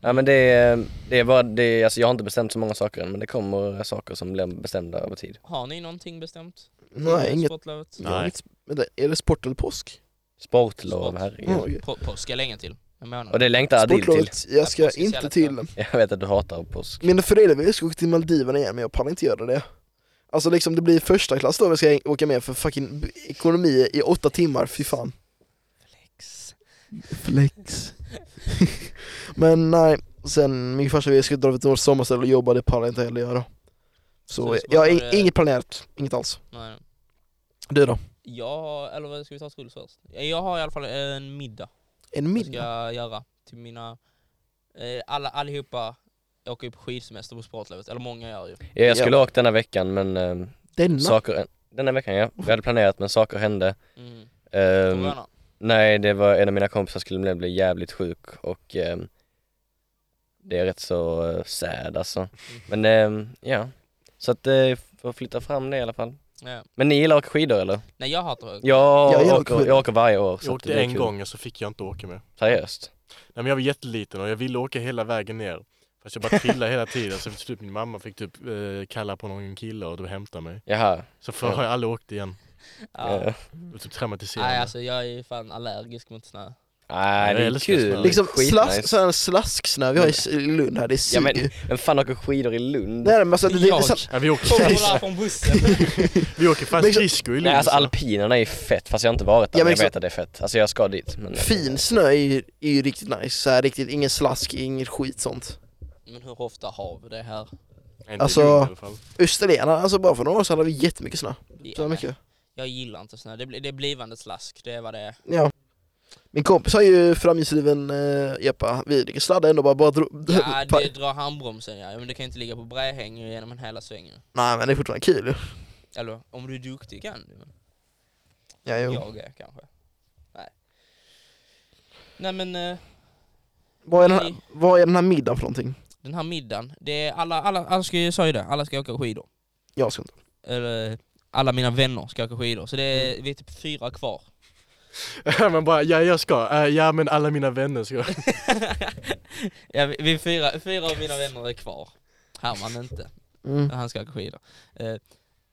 S2: Ja men det är, det är bara, det är, alltså jag har inte bestämt så många saker än men det kommer saker som blir bestämda över tid.
S4: Har ni någonting bestämt?
S3: Nej, inget.
S4: Sportlovet?
S1: Nej.
S3: inget- Vänta, är det sport eller påsk?
S2: Sportlov,
S4: Sport.
S2: herregud.
S3: Ja, okej.
S4: På, påsk är länge till. En månad.
S2: Och det längtar Adil till.
S3: Sportlovet, jag
S4: Ja,
S3: ska
S4: påsk är så jävla
S3: inte till
S4: tråkigt.
S2: Jag vet att du hatar påsk.
S3: Mina föräldrar vill jag ska åka till Maldiverna igen men jag pallar inte göra det. Alltså liksom det blir första klass då om jag ska åka med för fucking b- ekonomi i åtta timmar, fy fan.
S4: Flex.
S3: Flex. men nej, sen min farsa vill jag ska dra till något sommarställe och jobba, det pallar jag inte heller göra.
S4: Så
S3: Så
S4: det ska
S3: jag har
S4: bara-
S3: inget planerat, inget alls.
S4: Nej.
S3: Du då?
S4: Jag har, eller vad ska vi ta Truls först? Jag har i alla fall en middag
S3: En
S4: jag ska
S3: middag?
S4: göra till mina... Eh, alla, allihopa åker ju på skidsemester på sportlovet, eller många gör ju.
S2: Ja, Jag skulle ha åkt denna veckan men eh,
S3: Denna?
S2: saker, denna veckan ja. Vi hade planerat men saker hände.
S4: Mm.
S2: Ehm,
S4: Corona.
S2: nej det var en av mina kompisar som skulle bli- bli jävligt sjuk och ehm, det är rätt så uh, sad alltså.
S1: Mm.
S2: Men ehm, ja, så att uh, får flytta fram det i alla fall.
S4: Ja.
S2: Men ni gillar att åka skidor eller?
S4: Nej jag hatar hög.
S2: Jag,
S3: Jag gillar att
S2: åker,
S3: åka skidor.
S2: jag åker varje år.
S1: Jag
S2: Så att
S1: åkte
S2: det är
S1: en
S2: kul.
S1: gång och så fick jag inte åka med.
S2: Seriöst?
S1: Nej men jag var jätteliten och jag ville åka hela vägen ner. Fast jag bara trillade hela tiden så typ min mamma fick typ eh, kalla på någon kille och då hämta mig.
S2: Jaha.
S1: Så för har jag aldrig åkt igen.
S4: Ja.
S2: Eh,
S1: Det var typ traumatiserande.
S4: Nej alltså jag är ju fan allergisk mot snö.
S2: Nej det är
S1: älskar
S2: kul.
S1: snö.
S3: Liksom
S2: Skitnice.
S3: slask, sån här slasksnö vi har i S-
S4: Mm.
S3: i Lund här, det suger
S2: Ja men,
S3: ju.
S2: vem fan åker skidor i Lund?
S3: Nej men alltså det, det, det,
S4: Jag.
S3: det,
S1: Ja, vi åker,
S4: Kommer där från bussen.
S1: vi åker fan
S3: Liksom-
S1: skridskor i
S2: Nej
S1: Lund.
S2: alltså
S1: så.
S2: alpinerna är ju fett fast jag har inte varit där
S3: Ja,
S2: men
S3: men
S2: jag
S3: liksom-
S2: vet att det är fett. Alltså jag ska dit. Men...
S3: Fin snö är ju, är ju riktigt nice, så här, riktigt, ingen slask, inget skit sånt.
S4: Men hur ofta har vi det här?
S1: Nej, inte i
S3: alltså-
S1: Lund i alla fall.
S3: Österlen, alltså bara för några år sedan hade vi jättemycket snö. Så
S4: Ja,
S3: mycket.
S4: Jag gillar inte snö, det, blir- det är blivande slask, det är vad det är.
S3: Ja. Min kompis har ju framhjulsdriven eh, epa, vi ligger sladda ändå bara, bara dro-
S4: Ja
S3: pa-
S4: det drar handbromsen ja, men du kan ju inte ligga på brädhäng genom en hela svängen.
S3: Nej men det är fortfarande kul ju.
S4: Eller om du är duktig kan du. men
S3: Ja, jo.
S4: Jag är kanske. Nej. Nej men eh,
S3: Vad, är den här, vad är den här middagen för någonting?
S4: den här middagen, det är alla, alla, alla ska, jag sa ju det, alla ska åka skidor.
S3: Jag ska inte.
S4: Eller alla mina vänner ska åka skidor, så det är, vi är typ fyra kvar.
S1: Man bara, ja jag ska, Eh, ja men alla mina vänner ska.
S4: ja, vi, vi är fyra, fyra av mina vänner är kvar. Herman är inte.
S3: Mm.
S4: Han ska åka skidor. Eh,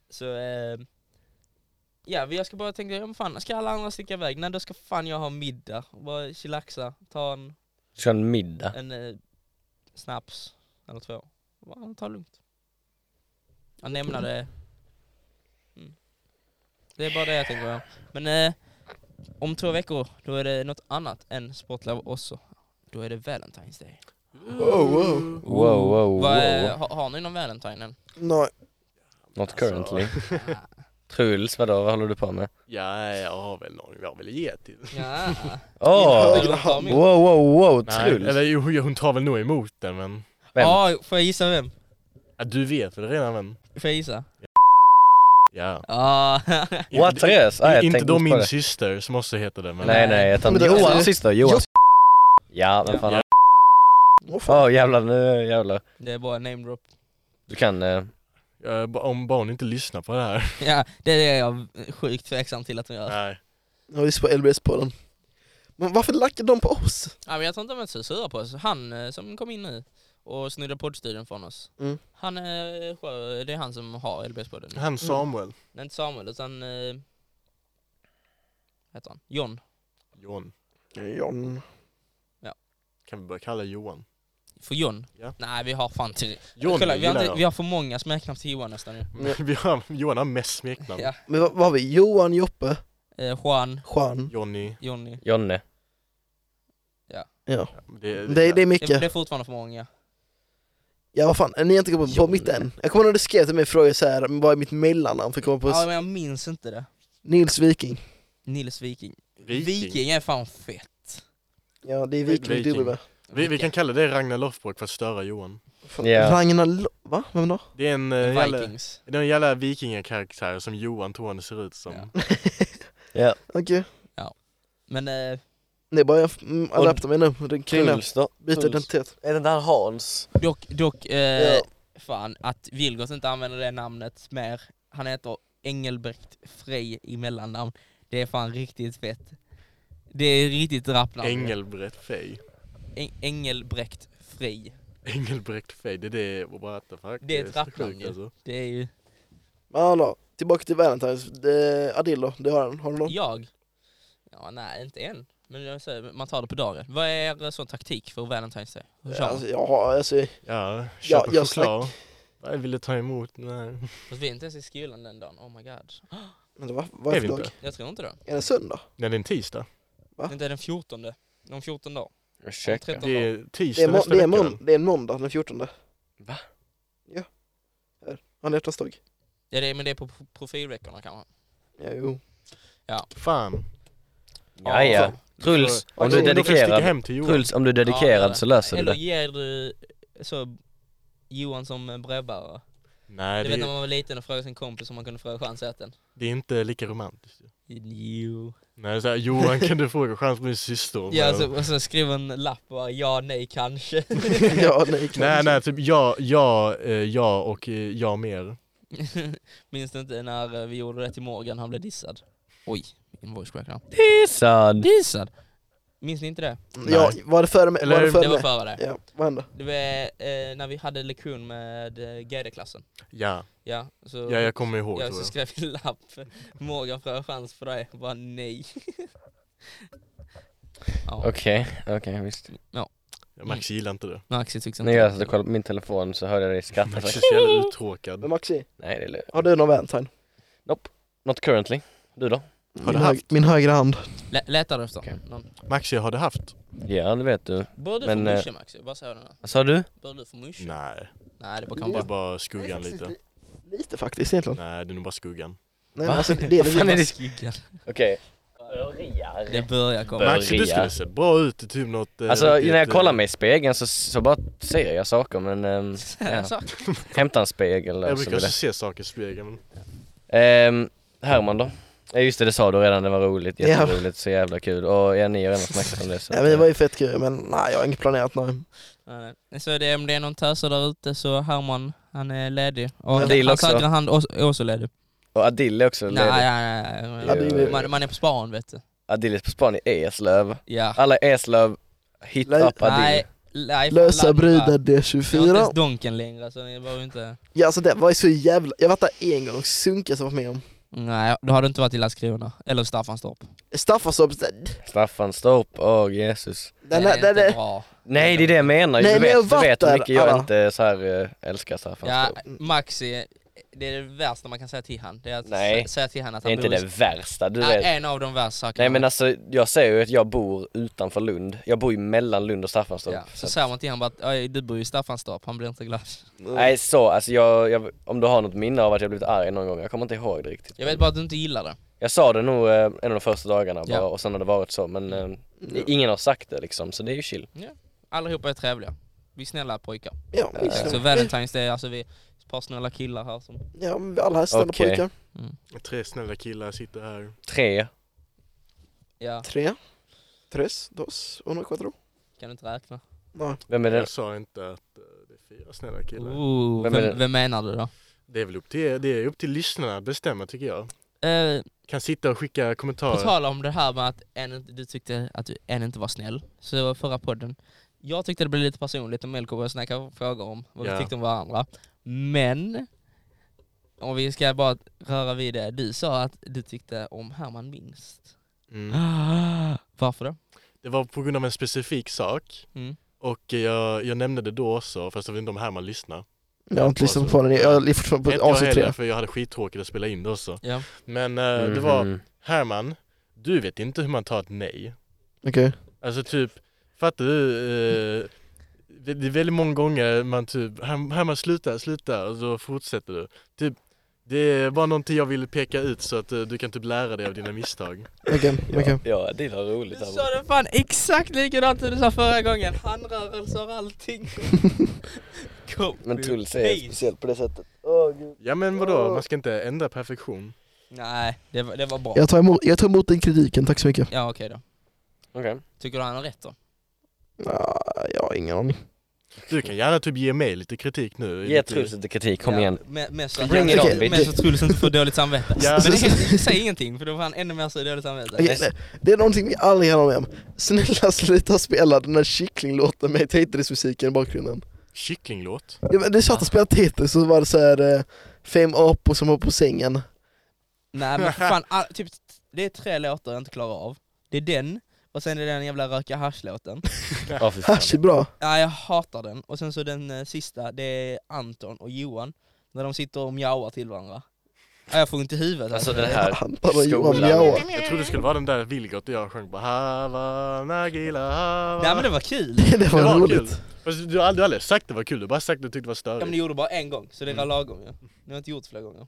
S4: så, eh, ja vi- jag ska bara tänka, ja, men fan, ska alla andra sticka iväg? Nej då ska fan jag ha middag, bara chillaxa, ta en,
S2: Du ska ha en middag.
S4: en eh, snaps eller två. Bara, ta det lugnt. Jag nämner det. Mm. Det är bara det jag tänker på. Men eh, om två veckor, då är det något annat än sportlov också. Då är det Valentine's Day.
S3: Wow, wow.
S2: Wow wow
S4: Vad är-
S2: wow.
S4: ha, har ni någon Valentine än?
S3: Nej.
S2: Not currently. Truls vadå, vad håller du på med?
S1: Ja jag har väl någon, jag har väl gett det.
S4: Ja.
S2: Åh!
S3: högra hand.
S2: Wow wow wow
S1: Nej, eller
S2: Truls!
S1: jo, jo, hon tar väl nog emot den men.
S2: Vem?
S4: Ja, får jag gissa vem?
S1: Ja, du vet väl redan vem?
S4: Får jag gissa?
S1: Ja.
S4: Ja.
S2: What seriöst? Ah, jag
S1: inte då
S2: tänkte inte på
S1: min
S2: det.
S1: syster som också heter det men.
S2: Nej nej jag tar
S3: Men det-
S2: Johans
S3: alltså-
S2: syster, Johans Ja men fan.
S1: Ja.
S3: Åh, fan.
S2: Åh jävlar nu jävlar.
S4: det är bara name drop.
S2: Du kan, eh,
S1: Eh, ba- om barn inte lyssnar på det här.
S4: Ja, det är jag sjukt tveksam till att de gör.
S1: Nej.
S3: Jag lyssnar på LBS-podden. Men varför lackar de på oss?
S4: Ja, men jag tror inte de är så sura på oss. Han eh, som kom in nu och snodde poddstudion från oss.
S3: Mm.
S4: Han är, sjö- det är han som har LBS-podden. nu.
S1: Han Samuel.
S4: Det är inte Samuel utan... Eh, heter han? John.
S1: John.
S3: John.
S1: Kan vi börja kalla Johan?
S4: För John?
S1: Ja.
S4: Nej vi har fan till...
S1: John
S4: Kolla, vi, har
S1: gillar
S4: inte,
S1: jag.
S4: vi har för många smeknamn till Johan nästan nu.
S1: vi har, Johan har mest smeknamn.
S4: Ja.
S3: Men vad, vad har vi? Johan, Joppe,
S4: Eh, Juan,
S3: Juan.
S1: Johnny.
S4: Johnny.
S2: Jonne,
S3: Ja.
S1: Ja, det,
S3: Det, det är
S4: Det, det
S3: mycket.
S4: är fortfarande för många.
S3: Ja vad fan, ni har inte kommit på
S2: John.
S3: mitt än. Jag kommer ihåg när du skrev till mig och frågade så här, vad är mitt mellannamn för att komma på
S4: Ja, men jag minns inte det.
S3: Nils Viking.
S4: Nils Viking.
S1: Viking.
S4: Viking är fan fett.
S3: Ja det är Viking,
S1: Viking.
S3: Viking. dubbel med.
S1: Vi, vi kan kalla det Ragnar Lothbrok för att störa Johan.
S2: Ja.
S3: Ragnar Lo- va? Vem då?
S1: Det är en eh, jävla, det
S4: Vikings.
S1: är en jävla vikingakaraktär som Johan tror han ser ut som.
S4: Ja.
S3: Okej.
S4: Men eh,
S3: Det är bara jag mm, adaptar mig nu, den kringlan.
S2: Kulster,
S3: Byter
S2: Puls.
S3: identitet.
S2: är den där Hans?
S4: dock, dock eh,
S3: Ja.
S4: fan att Vilgot inte använder det namnet mer. Han heter Engelbrekt Frey i mellannamn. Det är fan riktigt fett. Det är riktigt rappnamn.
S1: Engelbrekt Fej.
S4: Eng- Engelbrekt Frey.
S1: Engelbrekt Fej, det är det, what the fuck.
S4: Det är ett
S1: så
S4: rappnamn
S1: sjukt,
S4: ju.
S1: alltså.
S4: Det är ju
S3: Men ja, då. Tillbaka till Valentine's, det, Adillo, det har han. Har du någon?
S4: jag. Ja, nej inte än. Men jag säger, man tar det på dagen. Vad är er sån taktik för Valentine's Day? Hur kör man?
S3: Alltså, jag har, alltså,
S1: Ja, köper
S3: jag
S1: choklad. Jag ville ta emot, nej.
S4: Fast vi är inte ens i skolan den dagen. Oh my god.
S3: vänta, vad, vad är
S1: Är vi
S3: det för
S1: inte?
S3: dag?
S4: Jag tror inte det.
S3: Är det söndag?
S1: Nej, det är en tisdag.
S3: Va?
S4: Det är inte den 14. Om 14 dagar.
S2: Ursäkta?
S4: Tretton.
S1: Det är
S3: Det är,
S1: tisdag
S3: må,
S1: nästa
S3: det, är
S1: vecka.
S3: mån,
S1: väl?
S3: det är en måndag den 14.
S2: Va?
S3: Ja. Här. Har ni hjärtans dag?
S4: Ja, det är, men det är på pro- profilveckorna kanske.
S3: Ja, jo.
S1: Fan.
S2: Ja, ja. Truls, om du
S1: Okej,
S2: är
S1: då får jag sticka
S2: dedikerad,
S1: hem till Johan.
S2: Truls, om du är dedikerad så löser du
S4: Eller
S2: det.
S4: ger du eh, så Johan som eh, brevbärare?
S1: Nej,
S4: Du vet när
S1: det,
S4: man var liten och frågade sin kompis om man kunde fråga chansätten.
S1: det är inte lika romantiskt. ju.
S4: Jo.
S1: Nej, så här, Johan kan du fråga chans på min syster? om
S4: Ja,
S1: jag-
S2: alltså,
S4: så, och så skrev en lapp och ja, nej, kanske.
S3: ja, nej, kanske.
S1: Nej, nej, typ jag, jag, eh, jag och eh, jag mer.
S4: Minns du inte när eh, vi gjorde det till Morgan, han blev dissad? Oj, min voice crack där.
S2: Sad.
S4: Dissad? Minns ni inte det?
S3: Ja, var det före mig?
S1: Eller-
S3: var det
S4: Det
S3: före
S4: var
S3: mig?
S4: före det.
S3: Ja, vad hände?
S4: Det var eh, när vi hade lektion med eh, GD-klassen.
S1: Ja,
S4: Ja, så,
S1: ja jag kommer ihåg
S4: ja,
S1: tror
S4: så
S1: jag.
S4: skrev vi en lapp. Morgan får jag chans för dig. Jag Bara nej. ja,
S2: Okej, okej visst.
S1: Ja, Max gillar inte det.
S4: Maxi tycks
S2: När
S4: inte
S2: jag satt och kollade alltså på min telefon så hörde jag dig skratta
S1: Max är
S2: faktiskt.
S1: så jävla uttråkad.
S3: Men Maxi,
S2: Nej det är lugnt.
S3: har du någon Valentine?
S2: Not currently. Du då?
S1: Har
S3: Min,
S1: du
S3: hög, min högra hand.
S4: Lä- Letar du efter
S2: Okej.
S4: någon? Bör
S1: Max, jag har du haft?
S2: Ja det vet du.
S4: du
S2: Men,
S4: få
S2: eh,
S4: musche Maxi? Bara säga det nu.
S2: Vad sa du?
S4: Bör du få musche?
S1: Nej,
S4: Nej, det bara
S1: det
S4: kan
S1: är
S4: vara...
S1: bara skuggan lite.
S3: Lite faktiskt egentligen.
S1: Nej, det är nog bara skuggan.
S3: Nej,
S4: Va?
S3: men alltså, det är
S4: Vad fan
S3: väl
S4: är det skuggan?
S2: Okej.
S4: Det börjar komma.
S1: Max, du skulle se bra ut i typ något... eh,
S2: Alltså
S1: riktigt,
S2: när jag kollar
S1: eh,
S2: mig i spegeln så, så bara ser jag saker men ehm, ja.
S4: Så.
S2: hämta en spegel
S1: Jag
S2: och så
S1: brukar
S2: blir
S1: också
S2: alltså,
S1: se
S2: det.
S1: saker i spegeln. men-
S2: Ehm, Herman då? Ja just det, det sa du redan, det var roligt,
S3: Ja.
S2: jätteroligt, så jävla kul och ja, ni har redan snackat om det så eh,
S3: Ja, men det var ju fett kul, men nej, jag har inget planerat nu.
S4: Nej, nej. Så det, om det är någon töser där ute så Herman, han är ledig. Och
S2: Men det gillar
S4: hans
S2: också.
S4: högra hand också- är också ledig.
S2: Och Adil är också
S4: Nej,
S2: ledig,
S4: nej, nej,
S3: Ja, det
S4: nej.
S3: är ju-
S4: Man, man är på span vet du.
S2: Adil är på span i Eslöv
S4: Ja.
S2: Alla i Eslöv, hit
S3: Nej.
S2: up Adil
S4: Nej, nej, fan,
S3: Lösa
S4: Landra.
S3: brudar
S4: Vi har inte ens
S3: D24.
S4: donken längre så det behöver inte...
S3: Ja, alltså det var ju så jävla... Jag har varit där en gång, sunkigaste jag varit med om.
S4: Nej, då har du inte varit i Landskrona. Eller Staffanstorp.
S3: Staffanstorp, den,
S2: Staffanstorp, åh Jesus
S3: den,
S4: det är
S3: den,
S4: inte
S3: den, den,
S4: bra.
S2: Nej det är det jag menar,
S3: Nej,
S2: du
S3: men jag
S2: vet, du
S3: varit
S2: vet hur
S3: där,
S2: mycket jag
S3: alla.
S2: inte så här, eh, älskar
S4: Ja,
S2: Staffanstorp
S4: Maxi, det är det värsta man kan säga till han. Det är att
S2: Nej.
S4: sä- säga till han att
S2: Det
S4: han
S2: är inte
S4: bor i-
S2: det värsta, du
S4: Nej,
S2: vet
S4: En av de värsta sakerna.
S2: Nej men alltså jag säger ju att jag bor utanför Lund, jag bor ju mellan Lund och Staffanstorp
S4: ja. Så
S2: alltså, att-
S4: säger man till honom bara att "Oj, du bor ju i Staffanstorp, han blir inte glad.
S2: Nej så, alltså jag, jag, om du har något minne av att jag blivit arg någon gång, jag kommer inte ihåg det riktigt
S4: Jag vet bara att du inte gillar det.
S2: Jag sa det nog eh, en av de första dagarna
S4: Ja.
S2: bara och sen har det varit så men eh,
S3: Ja.
S2: ingen har sagt det liksom så det är ju chill.
S4: Allihopa är trevliga. Vi är snälla pojkar.
S3: Ja,
S2: Ja.
S3: vi är
S4: Så
S3: snälla.
S4: Valentine's Day, alltså vi är ett par snälla killar här som...
S3: ja, men alla här snälla
S2: Okej.
S3: pojkar.
S2: Mm.
S1: Tre snälla killar sitter här.
S2: Tre,
S4: Ja,
S3: Tre, tres, dos, uno, cuatro.
S4: kan du inte räkna?
S3: Nej.
S2: vem är det? Oh.
S1: Jag sa inte att eh, det är fyra snälla killar.
S4: Ooh,
S2: Vem
S4: vem,
S2: är
S4: vem,
S2: det?
S4: menar du då?
S1: Det är väl upp till, er- det är upp till lyssnarna att bestämma tycker jag.
S4: Eh,
S1: Kan sitta och skicka
S4: på
S1: kommentarer.
S4: tal om det här med att en, inte- du tyckte att du en inte var snäll, så det var förra podden. jag tyckte det blev lite personligt om Melko började snacka frågor om vad
S1: Ja.
S4: vi tyckte om varandra. Men, om vi ska bara röra vid det, du sa att du tyckte om Herman minst.
S1: Mm.
S4: Varför då?
S1: Det var på grund av en specifik sak.
S4: Mm.
S1: Och eh, jag, jag nämnde det då också, fast jag vet inte om Herman lyssnar.
S3: Jag har inte lyssnat på den, jag är fortfarande
S1: Inte
S3: på
S1: jag
S3: avsnitt
S1: heller,
S3: tre.
S1: för jag hade skittråkigt att spela in det också.
S4: Ja.
S1: Men eh,
S4: Mhm.
S3: Mhm.
S1: det var, Herman, du vet inte hur man tar ett nej.
S3: Okej.
S1: Alltså typ, fattar du? Eh, det det är väldigt många gånger man typ, Herm- Herman sluta, sluta och så fortsätter du. Typ, det är bara någonting jag vill peka ut så att eh, du kan typ lära dig av dina misstag.
S3: Okej, okej.
S2: Ja, ja, det var
S4: Du
S2: roligt här
S4: sa det fan exakt likadant som du sa förra gången, handrörelser och allting. Copy
S2: Men Truls är
S4: paste.
S2: speciellt på det sättet. Åh gud.
S1: Ja men vadå, man ska inte ändra perfektion.
S4: Nej, det var, det var bra.
S3: Jag tar emot, jag tar emot den kritiken, tack så mycket.
S4: Ja okej då.
S2: Okej.
S4: Tycker du han har rätt då?
S3: Ja, jag har ingen aning.
S1: Du kan gärna typ ge mig lite kritik nu.
S2: Ge Truls lite kritik, kom
S4: Ja,
S2: igen.
S4: Med, med så
S2: Bring it
S3: Okej.
S2: on
S4: med
S2: bitch.
S4: så Truls inte får dåligt samvete.
S1: Ja.
S4: Men helt, säg ingenting för då får han ännu mer så dåligt samvete.
S3: Okej, nej. det är någonting vi aldrig har med om. Snälla sluta spela den där kycklinglåten med Tetris-musiken i bakgrunden.
S1: Kycklinglåt?
S3: Ja, men det satt och spelade Tetris och så var det såhär eh, fem apor som var på sängen.
S4: Nej men för fan, all, typ, det är tre låtar jag inte klarar av. Det är den, och sen är det den jävla röka hasch-låten.
S2: Ja, fy fan.
S3: Hasch är bra.
S4: Ja, jag hatar den. Och sen så den eh, sista, det är Anton och Johan, när de sitter och mjauar till varandra. Ja, jag får inte i huvudet.
S2: Alltså
S4: alltså.
S2: den här.
S3: Han bara Johan
S2: Skolan.
S3: mjauar.
S1: Jag trodde det skulle vara den där Vilgot och jag sjöng på Havana Gila
S4: Nej men
S1: Havana.
S4: det var kul!
S3: Det var, roligt.
S1: kul. Fast Alltså, du har aldrig, du har aldrig sagt det var kul, du har bara sagt att du tyckte det var
S4: Ja, men
S1: störigt.
S4: ni gjorde bara en gång, så det var lagom ju. Ni har inte gjort flera gånger.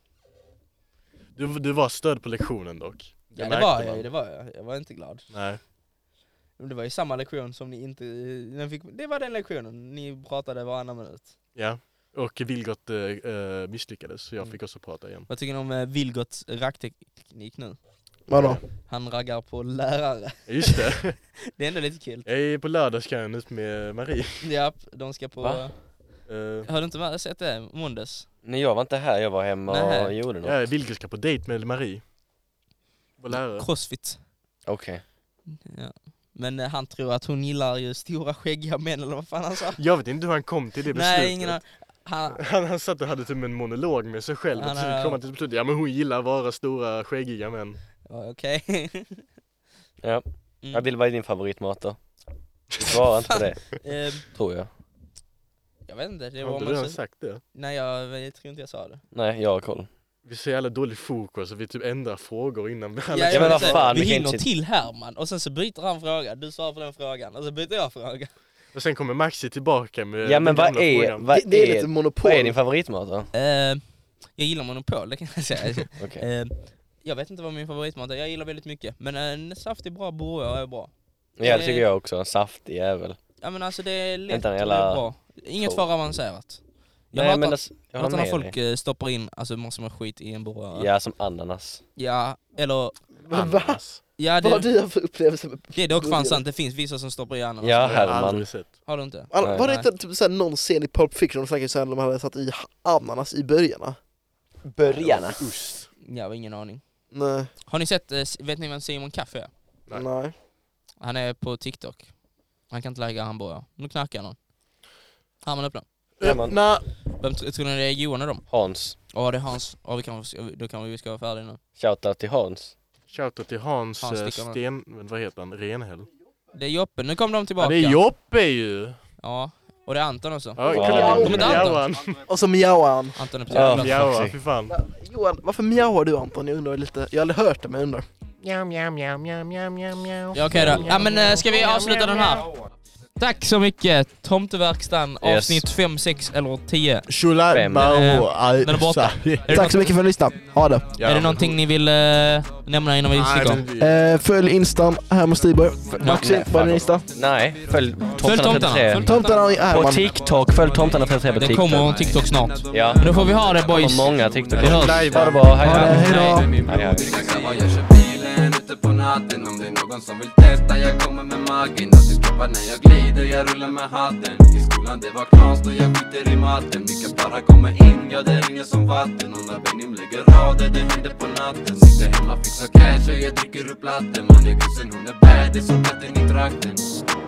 S1: Du, du var störd på lektionen dock.
S4: Ja, det
S1: märkte
S4: var
S1: man.
S4: jag ju, det var jag. Jag var inte glad.
S1: Nej.
S4: Men Det var ju samma lektion som ni inte... Den fick, det var den lektionen, ni pratade varannan minut.
S1: Ja, och Vilgot eh, eh, misslyckades så jag
S4: Mm.
S1: fick också prata igen.
S4: Vad tycker ni om eh, Vilgots rackteknik nu?
S3: Vadå?
S4: Han raggar på lärare.
S1: Ja, Just det,
S4: Det är ändå lite kul.
S1: jag är på lördag ska jag ut med Marie.
S4: Ja, de ska på...
S2: Va?
S1: Uh,
S4: Har du inte med- sett det? Måndags?
S2: Nej jag var inte här, jag var hemma och
S4: Nej.
S2: gjorde något.
S1: ja, Vilgot ska på dejt med Marie. På lärare.
S4: Crossfit.
S2: Okej.
S4: Ja. Men eh, han tror att hon gillar ju stora skäggiga män eller vad fan han sa.
S1: Jag vet inte hur han kom till det beslutet.
S4: Nej, ingen har- han,
S1: han, han satt och hade typ en monolog med sig själv och
S4: Han
S1: till slut
S4: har-
S1: kom han till beslutet, ja men hon gillar vara stora skäggiga män.
S4: ja, Okej.
S2: Ja.
S4: Mm.
S2: Ja, Bill, vad är din favoritmat då? Du svarar inte på det,
S4: Eh,
S2: tror jag.
S4: jag vet inte, det
S1: Har
S4: var
S1: inte du redan
S4: måste...
S1: sagt det?
S4: Nej jag, jag tror inte jag sa det.
S2: Nej, jag har koll.
S1: Vi ser jävla dålig fokus och vi typ ändrar frågor innan vi
S4: Ja,
S2: men
S4: jag
S2: vad
S4: vet inte.
S2: fan,
S4: vi
S2: vi kan
S4: hinner
S2: inte-
S4: till Herman och sen så byter han fråga, du svarar på den frågan och så byter jag fråga.
S1: Och sen kommer Maxi tillbaka med
S2: Ja men
S1: den
S2: vad
S1: gamla
S2: är,
S1: frågan.
S2: vad
S3: Det, det är lite
S2: är,
S3: monopol.
S2: vad är din favoritmat då?
S4: Eh, jag gillar Monopol, det kan jag säga.
S2: Okej.
S4: Eh, jag vet inte vad min favoritmat är, jag gillar väldigt mycket. Men en saftig bra burgare är bra.
S2: Ja det tycker jag också, en saftig jävel.
S4: Ja men alltså det är lätt
S2: Vänta,
S4: och det
S2: jävla-
S4: är bra. Inget för avancerat. Jag
S2: Nej
S4: hatar-
S2: men alltså, jag
S4: Jag
S2: håller
S4: hatar när
S2: med
S4: folk
S2: dig.
S4: eh, stoppar in alltså, massor med skit i en burgare. Ja.
S2: Ja som ananas.
S4: eller...
S3: Va?
S1: Ananas.
S4: Ja,
S3: Vad har
S4: det,
S3: du haft för upplevelse med...
S4: det är dock fan
S3: burgare?
S4: sant, det finns vissa som stoppar i ananas.
S2: Ja
S1: Det har jag
S2: Herman.
S1: aldrig sett.
S4: Har du inte?
S3: Alla,
S2: Nej.
S3: var det inte typ såhär någon scen i Pulp Fiction de snackade såhär de hade satt i ananas i börjarna?
S2: Börjarna.
S1: Ost.
S4: Jag har ingen aning.
S3: Nej,
S4: Har ni sett, eh, vet ni vem Simon Kaffe är?
S1: Nej.
S3: nej.
S4: Han är på TikTok. Han kan inte lägga hamburgare. Nu knackar någon. Herman öppna.
S2: Herman.
S1: Öppna
S4: Vem tr- tror ni det är Johan och dem?
S2: Hans.
S4: Ja det är Hans. Ja vi kan, då kan vi, vi ska vara färdiga nu.
S2: Shoutout till Hans.
S1: Shoutout till Hans,
S4: Hans
S1: eh,
S4: Stickarman.
S1: Sten... Vad heter han? Renhäll?
S4: Det är Joppe, nu kom de
S1: Ja,
S4: tillbaka.
S1: det är Joppe ju!
S4: Ja, och det är Anton också.
S1: Ja,
S2: Wow.
S1: kolla,
S3: De är
S4: inte
S1: mjauan!
S3: Och så mjauar han.
S4: Anton är på
S2: Ja.
S4: ja.
S1: Mjauan,
S2: Precis.
S1: fy fan.
S3: Johan, varför mjauar du Anton? Jag undrar lite. Jag har aldrig hört det men jag undrar.
S5: Meow meow meow meow meow meow meow.
S4: Ja okej då. Ja men eh, ska vi avsluta den här? Tack så mycket! Tomteverkstan
S2: Yes.
S4: avsnitt 5, 6 eller 10.
S1: Shulan
S2: Fem.
S1: Baro
S4: Eh, Den är borta. Är det,
S3: Tack så mycket för att ni lyssnade. Ha det.
S4: är det någonting ni vill eh, nämna innan vi sticker?
S3: Eh, följ instan, Herman Stiberg. Maxi, vad är din insta?
S2: Nej, följ
S4: Följ
S2: Tomtarna
S4: tomtarna!
S2: 33.
S4: Följ
S3: Tomten
S4: tomtarna!
S3: och
S2: På
S3: Herman.
S2: TikTok, följ Tomtarna 33 på
S4: Det
S2: TikTok.
S4: kommer en TikTok snart.
S2: Ja.
S4: Men då får vi ha det boys!
S2: På många TikTok.
S4: Vi hörs.
S2: Ha det bra, hej
S4: Ha det,
S2: då.
S4: hej då.
S2: Hej, hej.
S6: Grabbar jag kör bilen ute på natten Om det är någon som vill testa jag kommer med magen Och det droppar när jag glider, jag rullar med hatten I skolan det var knas och jag skiter i matten Vilka bara kommer in, ja det ringer som vatten Och när Benim lägger rader, det händer på natten Sitter hemma, fixar cash och jag dricker upp latten Man är gussen, hon är bad, det är som katten i trakten